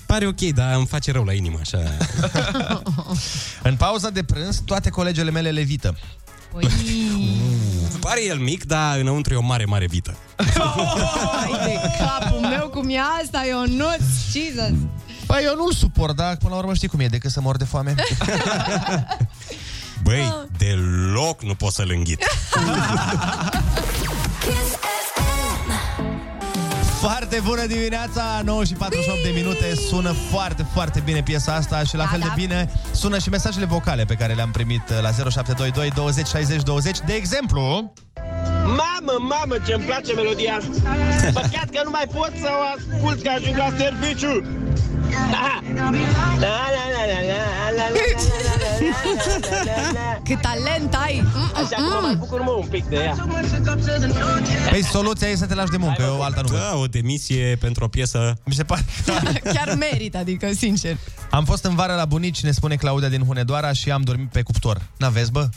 Pare ok, dar îmi face rău la inimă, așa.
[LAUGHS] În pauza de prânz, toate colegele mele levită.
Uh, Pare el mic, dar înăuntru e o mare, mare vită. Oh!
Hai de capul meu cum e asta, Ionuț, Jesus!
Păi eu nu-l suport, dar până la urmă știi cum e, decât să mor de foame.
Băi, deloc nu pot să-l înghit.
Foarte bună dimineața, 9 și 48 de minute Sună foarte, foarte bine piesa asta Și la fel de bine sună și mesajele vocale Pe care le-am primit uh, la 0722 20 60 20 De exemplu
Mamă, mamă, ce-mi place melodia asta.
[LAUGHS]
Păcat că nu mai pot să o ascult că ajung la serviciu. Da. La, la, la, la, la, la, la, la, la, la, la.
Cât talent ai! Mm,
Și acum mai bucur mă un pic de ea.
Păi soluția e să te lași de muncă, eu alta nu Da,
o demisie pentru o piesă
Mi se pare
[LAUGHS]
Chiar merită, adică, sincer.
Am fost în vară la bunici, ne spune Claudia din Hunedoara Și am dormit pe cuptor N-aveți, bă?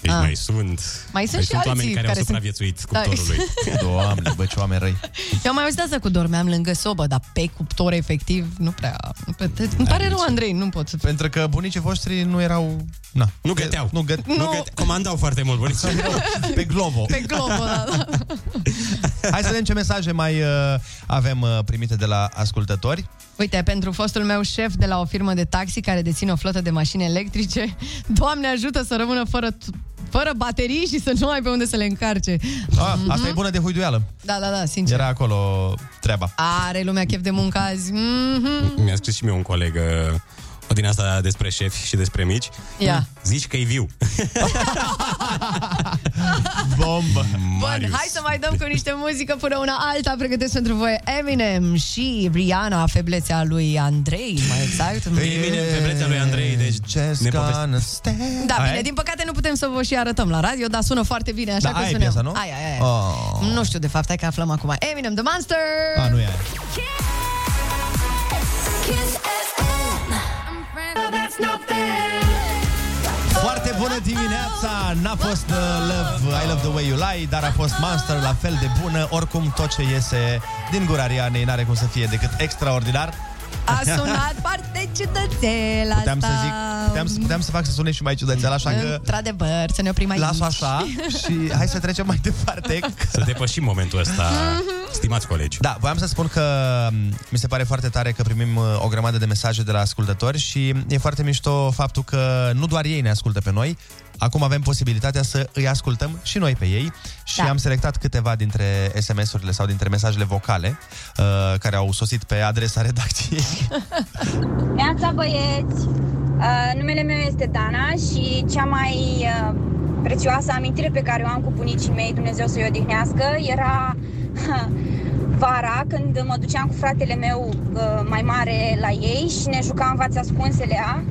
Deci ah. mai sunt
Mai sunt și alții
oameni care,
care
au
sunt-
supraviețuit
Da.
cuptorului
[LAUGHS]
Doamne, bă, ce oameni răi
Eu am mai auzit asta cu dormeam lângă sobă, dar pe cuptor, efectiv, nu prea... Nu prea
Mm,
îmi pare rău, Andrei, nu pot.
Pentru că bunicii voștri nu erau... Na.
Nu găteau
Nu, gă...
Nu. găte-
Comandau foarte mult bunicii
[LAUGHS] Pe Glovo
Pe globă, da, da.
[LAUGHS] Hai să vedem ce mesaje mai uh, avem uh, primite de la ascultători
Uite, pentru fostul meu șef de la o firmă de taxi care deține o flotă de mașini electrice, Doamne ajută să rămână fără, fără baterii și să nu ai pe unde să le încarce.
ah, Asta e bună de huiduială
Da, da, da, Mhm. sincer.
Era acolo treaba
Are lumea chef de muncă azi. Mhm.
Mi-a scris și mie un coleg uh, o din asta despre șefi și despre mici.
Ia.
Zici că e viu.
[LAUGHS] Bombă. Mm.
Bun, hai să mai dăm cu niște muzică până una alta. Pregătesc pentru voi Eminem și Rihanna, feblețea lui Andrei, mai exact.
Eminem, feblețea lui Andrei, deci
Just
ne poveste-
gonna stand.
Da,
Aia
bine,
e?
din păcate nu putem să vă și arătăm la radio, dar sună foarte bine, așa
Da,
că
aia e
sunăm.
piesa, nu?
Aia, aia, aia.
Oh.
Nu știu, de fapt, hai că aflăm acum. Eminem, The Monster!
A, nu e aia. Foarte bună dimineața! N-a fost uh, Love, I Love The Way You Lie, dar a fost Monster la fel de bună. Oricum, tot ce iese din gura Rianei n-are cum să fie decât extraordinar.
A sunat [LAUGHS] foarte ciudățel asta.
Puteam să zic, puteam, să- puteam să fac să sune și mai ciudățel, așa că
Într-adevăr, să ne oprim aici.
las-o așa și hai să trecem mai departe.
Să depășim momentul ăsta, stimați colegi.
Da, voiam să spun că m, mi se pare foarte tare că primim uh, o grămadă de mesaje de la ascultători și e foarte mișto faptul că nu doar ei ne ascultă pe noi, acum avem posibilitatea să îi ascultăm și noi pe ei și
Da.
am selectat câteva dintre SMS-urile sau dintre mesajele vocale uh, care au sosit pe adresa redacției.
[LAUGHS] Neața băieți, Uh, numele meu este Dana și cea mai uh, prețioasă amintire pe care o am cu bunicii mei, Dumnezeu să-i odihnească, era vara când mă duceam cu fratele meu uh, mai mare la ei și ne jucam vați ascunselea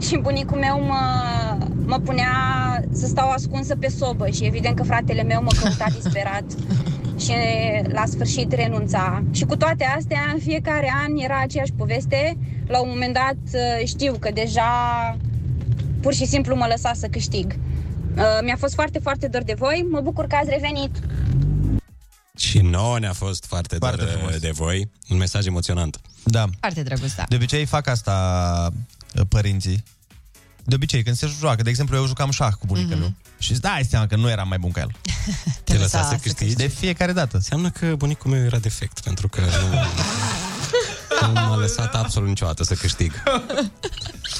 și bunicul meu mă, mă punea să stau ascunsă pe sobă și evident că fratele meu mă căuta disperat și la sfârșit renunța. Și cu toate astea, în fiecare an era aceeași poveste. La un moment dat uh, știu că deja pur și simplu mă lăsa să câștig. Uh, Mi-a fost foarte, foarte dor de voi. Mă bucur că ați revenit.
Și nouă ne-a fost foarte, foarte dor frumos. de voi. Un mesaj emoționant.
Da.
Foarte drăguț, da.
De obicei fac asta uh, părinții. De obicei, când se joacă, de exemplu, eu jucam șah cu bunica mm-hmm. meu. Și îți dai seama că nu eram mai bun
[LAUGHS]
ca el.
Mhm. Te lăsa lăsa să să câștigi? câștigi?
De fiecare dată.
Înseamnă că bunicul meu era defect, pentru că nu, nu m-a lăsat absolut niciodată să câștig.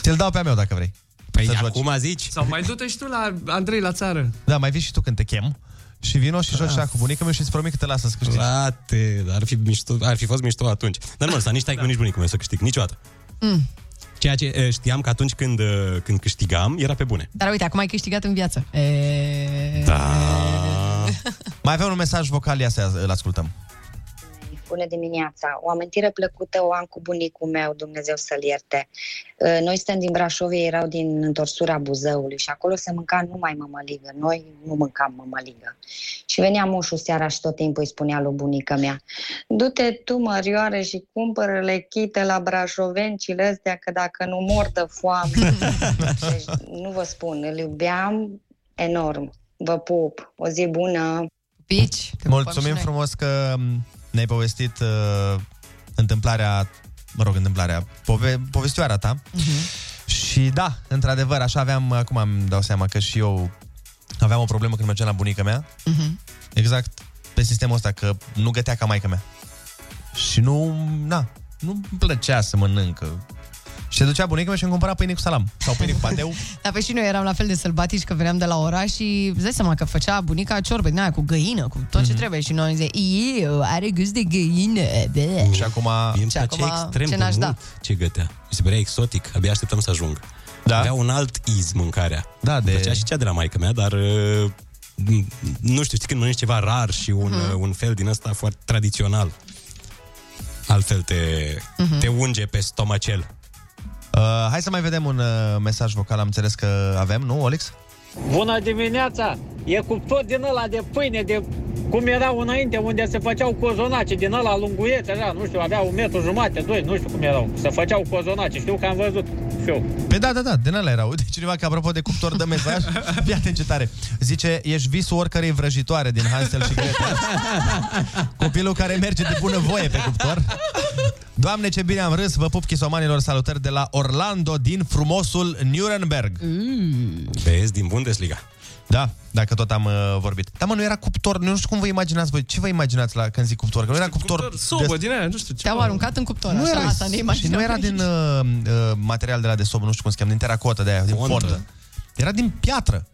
Ți-l dau pe-a meu dacă vrei. Deci-
Păi să acum zici?
Sau mai du-te și tu la Andrei la țară.
Da, mai vii și tu când te chem și vino și joci
Ah.
șah cu bunica mea și îți promit că te lasă să câștigi.
Frate, dar ar fi, mișto, ar fi fost mișto atunci. Dar nu mă lăsa nici taică, da. nici bunicul meu să câștig, niciodată.
[LAUGHS] Mm.
Ceea ce e, știam că atunci când, e, când câștigam, era pe bune.
Dar uite, acum ai câștigat în viață. E...
Da.
Ah. Mai avem un mesaj vocal, ia să îl ascultăm.
Bună dimineața! O amintire plăcută o am cu bunicul meu, Dumnezeu să-l ierte. Uh, Noi suntem din Brașov, ei erau din întorsura Buzăului și acolo se mânca numai mămăligă. Noi nu mâncam mămăligă. Și venea moșul seara și tot timpul îi spunea lui bunica mea, du-te tu, mărioare, și cumpără-le chite la brașovencile astea, că dacă nu mor de
[LAUGHS]
foame. deci, nu vă spun, îl iubeam enorm. Vă pup! O zi bună!
Pici!
Mulțumim frumos că m, ne-ai povestit uh, întâmplarea, mă rog, întâmplarea, pove- povestioara ta. Și da, într-adevăr, așa aveam, acum îmi dau seama că și eu aveam o problemă când mergeam la bunica mea.
Mm-hmm.
Exact pe sistemul ăsta, că nu gătea ca maica mea. Și nu, na, nu-mi plăcea să mănânc. că- Și se ducea bunica mea și îmi cumpăra pâine cu salam sau pâine cu pateu.
Dar pe și noi eram la fel de sălbatici că veneam de la oraș și îți dai seama că făcea bunica ciorbe din aia cu găină, cu tot
Mhm.
ce trebuie și noi zice, eu, are gust de găină. Bă.
Și acum...
Mie îmi
Și
place
acum,
extrem
ce
de
n-aș
mult
da?
ce gătea. Mi se părea exotic, abia așteptam să ajung. Da? Avea un alt iz mâncarea. Da, de... Plăcea și cea de la maica mea, dar uh, m- nu știu, știi când mănânci ceva rar și un,
Mhm.
mm. un fel din ăsta foarte tradițional. Altfel te,
Mhm.
mm-hmm. te unge pe stomacel.
Uh, hai să mai vedem un uh, mesaj vocal, am înțeles că avem, nu, Olex?
Bună dimineața! E cu tot din ăla de pâine, de cum erau înainte, unde se făceau cozonace, din ăla lunguiețe, așa, nu știu, aveau un metru jumate, doi, nu știu cum erau. Se făceau cozonace, știu că am văzut și eu.
Pe da, da, da, din ăla erau. Uite, cineva că apropo de cuptor de
[LAUGHS]
mesaj, fii atent ce tare. Zice, ești visul oricărei vrăjitoare din Hansel și Gretel. Copilul care merge de bună voie pe cuptor. Doamne, ce bine am râs, vă pup chisomanilor, salutări de la Orlando din frumosul Nuremberg. Mm.
Vezi, din Bundesliga.
Da, dacă tot am uh, vorbit. Dar mă, nu era cuptor, nu știu cum vă imaginați voi, ce vă imaginați la când zic cuptor? Că nu era cuptor... cuptor
Sobă din aia, nu știu ce.
Te-au aruncat în cuptor,
Nu
așa,
era-
asta ne
și nu era din uh, uh, material de la de sobă, nu știu cum se cheamă, din teracotă de aia, din
Fontă.
fondă. Era din piatră.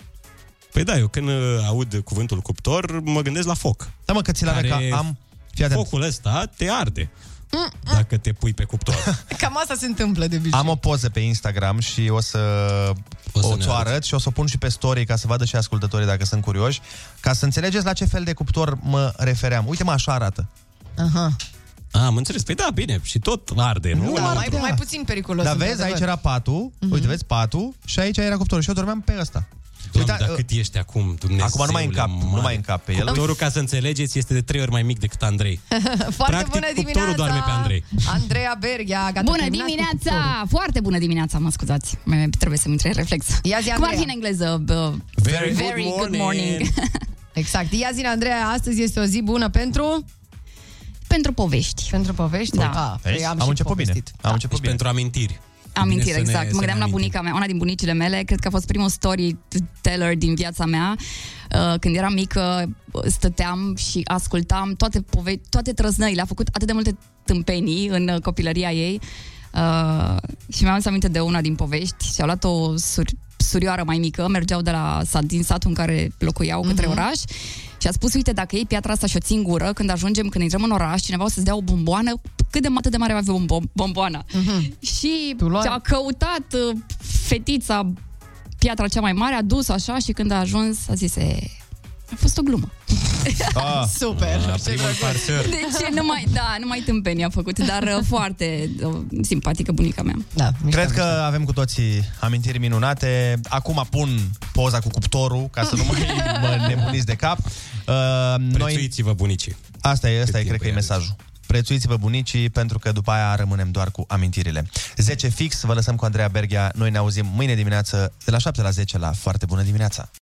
Păi da, eu când uh, aud cuvântul cuptor, mă gândesc la foc.
Da, mă, că ți l-am că am-
Focul ăsta te arde dacă te pui pe cuptor.
Cam asta se întâmplă de obicei.
[LAUGHS] Am o poză pe Instagram și o să o,
să
să
ne
o
arăți.
arăt și o să o pun și pe story ca să vadă și ascultătorii dacă sunt curioși, ca să înțelegeți la ce fel de cuptor mă refeream. Uite mă, așa arată.
Aha.
A, am înțeles. Păi da, bine, și tot arde, nu?
Da, mai,
da.
mai puțin periculos.
Dar vezi,
într-adevăr.
aici era patul, mm-hmm.
Mhm.
uite, vezi, patul și aici era cuptorul și eu dormeam pe ăsta.
Doamne, dar cât ești acum, Dumnezeule
Acum nu mai în cap,
mare.
nu mai în cap pe el.
Cuptorul, ca să înțelegeți, este de trei ori mai mic decât Andrei.
[LAUGHS] Foarte
Practic,
bună
cuptorul
dimineața!
doarme pe Andrei.
Andreea Berghia, gata,
Bună
terminați cu
dimineața! Foarte bună dimineața, mă scuzați. Mai- Trebuie să-mi intre reflex.
Ia zi,
Cum ar
Andreea.
fi în engleză? Bă,
Very good morning. Exact. Ia zi, Andreea, astăzi este o zi bună pentru...
Pentru
[LAUGHS]
povești.
Pentru povești?
Da.
Ah, păi
Vezi?
am,
am
și
început bine. Am început bine. Deci pentru amintiri.
Amintire,
Bine să ne-
exact.
să
Mă
ne
gândeam la
amintim.
bunica mea, una din bunicile mele, cred că a fost primul storyteller din viața mea. Uh, Când eram mică, stăteam și ascultam toate, pove- toate trăznăile. A făcut atât de multe tâmpenii în uh, copilăria ei. Uh, și mi-am adus aminte de una din povești și a luat o sur- surioară mai mică, mergeau de la sat, din satul în care locuiau către oraș și a spus, uite, dacă iei piatra asta și o țin gură, când ajungem, când intrăm în oraș, cineva o să-ți dea o bomboană, cât de atât de mare va fi bom- bomboana. Și a căutat uh, fetița piatra cea mai mare, a dus așa și când a ajuns a zis, "E, a fost o glumă.
Ah, Super!
Da,
Ah, primul parter.
Deci [LAUGHS] nu mai, da, nu mai tâmpeni a făcut, dar uh, foarte uh, simpatică bunica mea.
Da,
Cred că avem cu toții amintiri minunate. Acum pun poza cu cuptorul ca să nu mai mă nebuniți de cap. Uh, noi...
Prețuiți-vă bunicii.
Asta e, asta e cred că e mesajul. Prețuiți-vă bunicii pentru că după aia rămânem doar cu amintirile. 10 fix, vă lăsăm cu Andreea Berghia. Noi ne auzim mâine dimineață de la 7 la 10 la Foarte Bună Dimineața!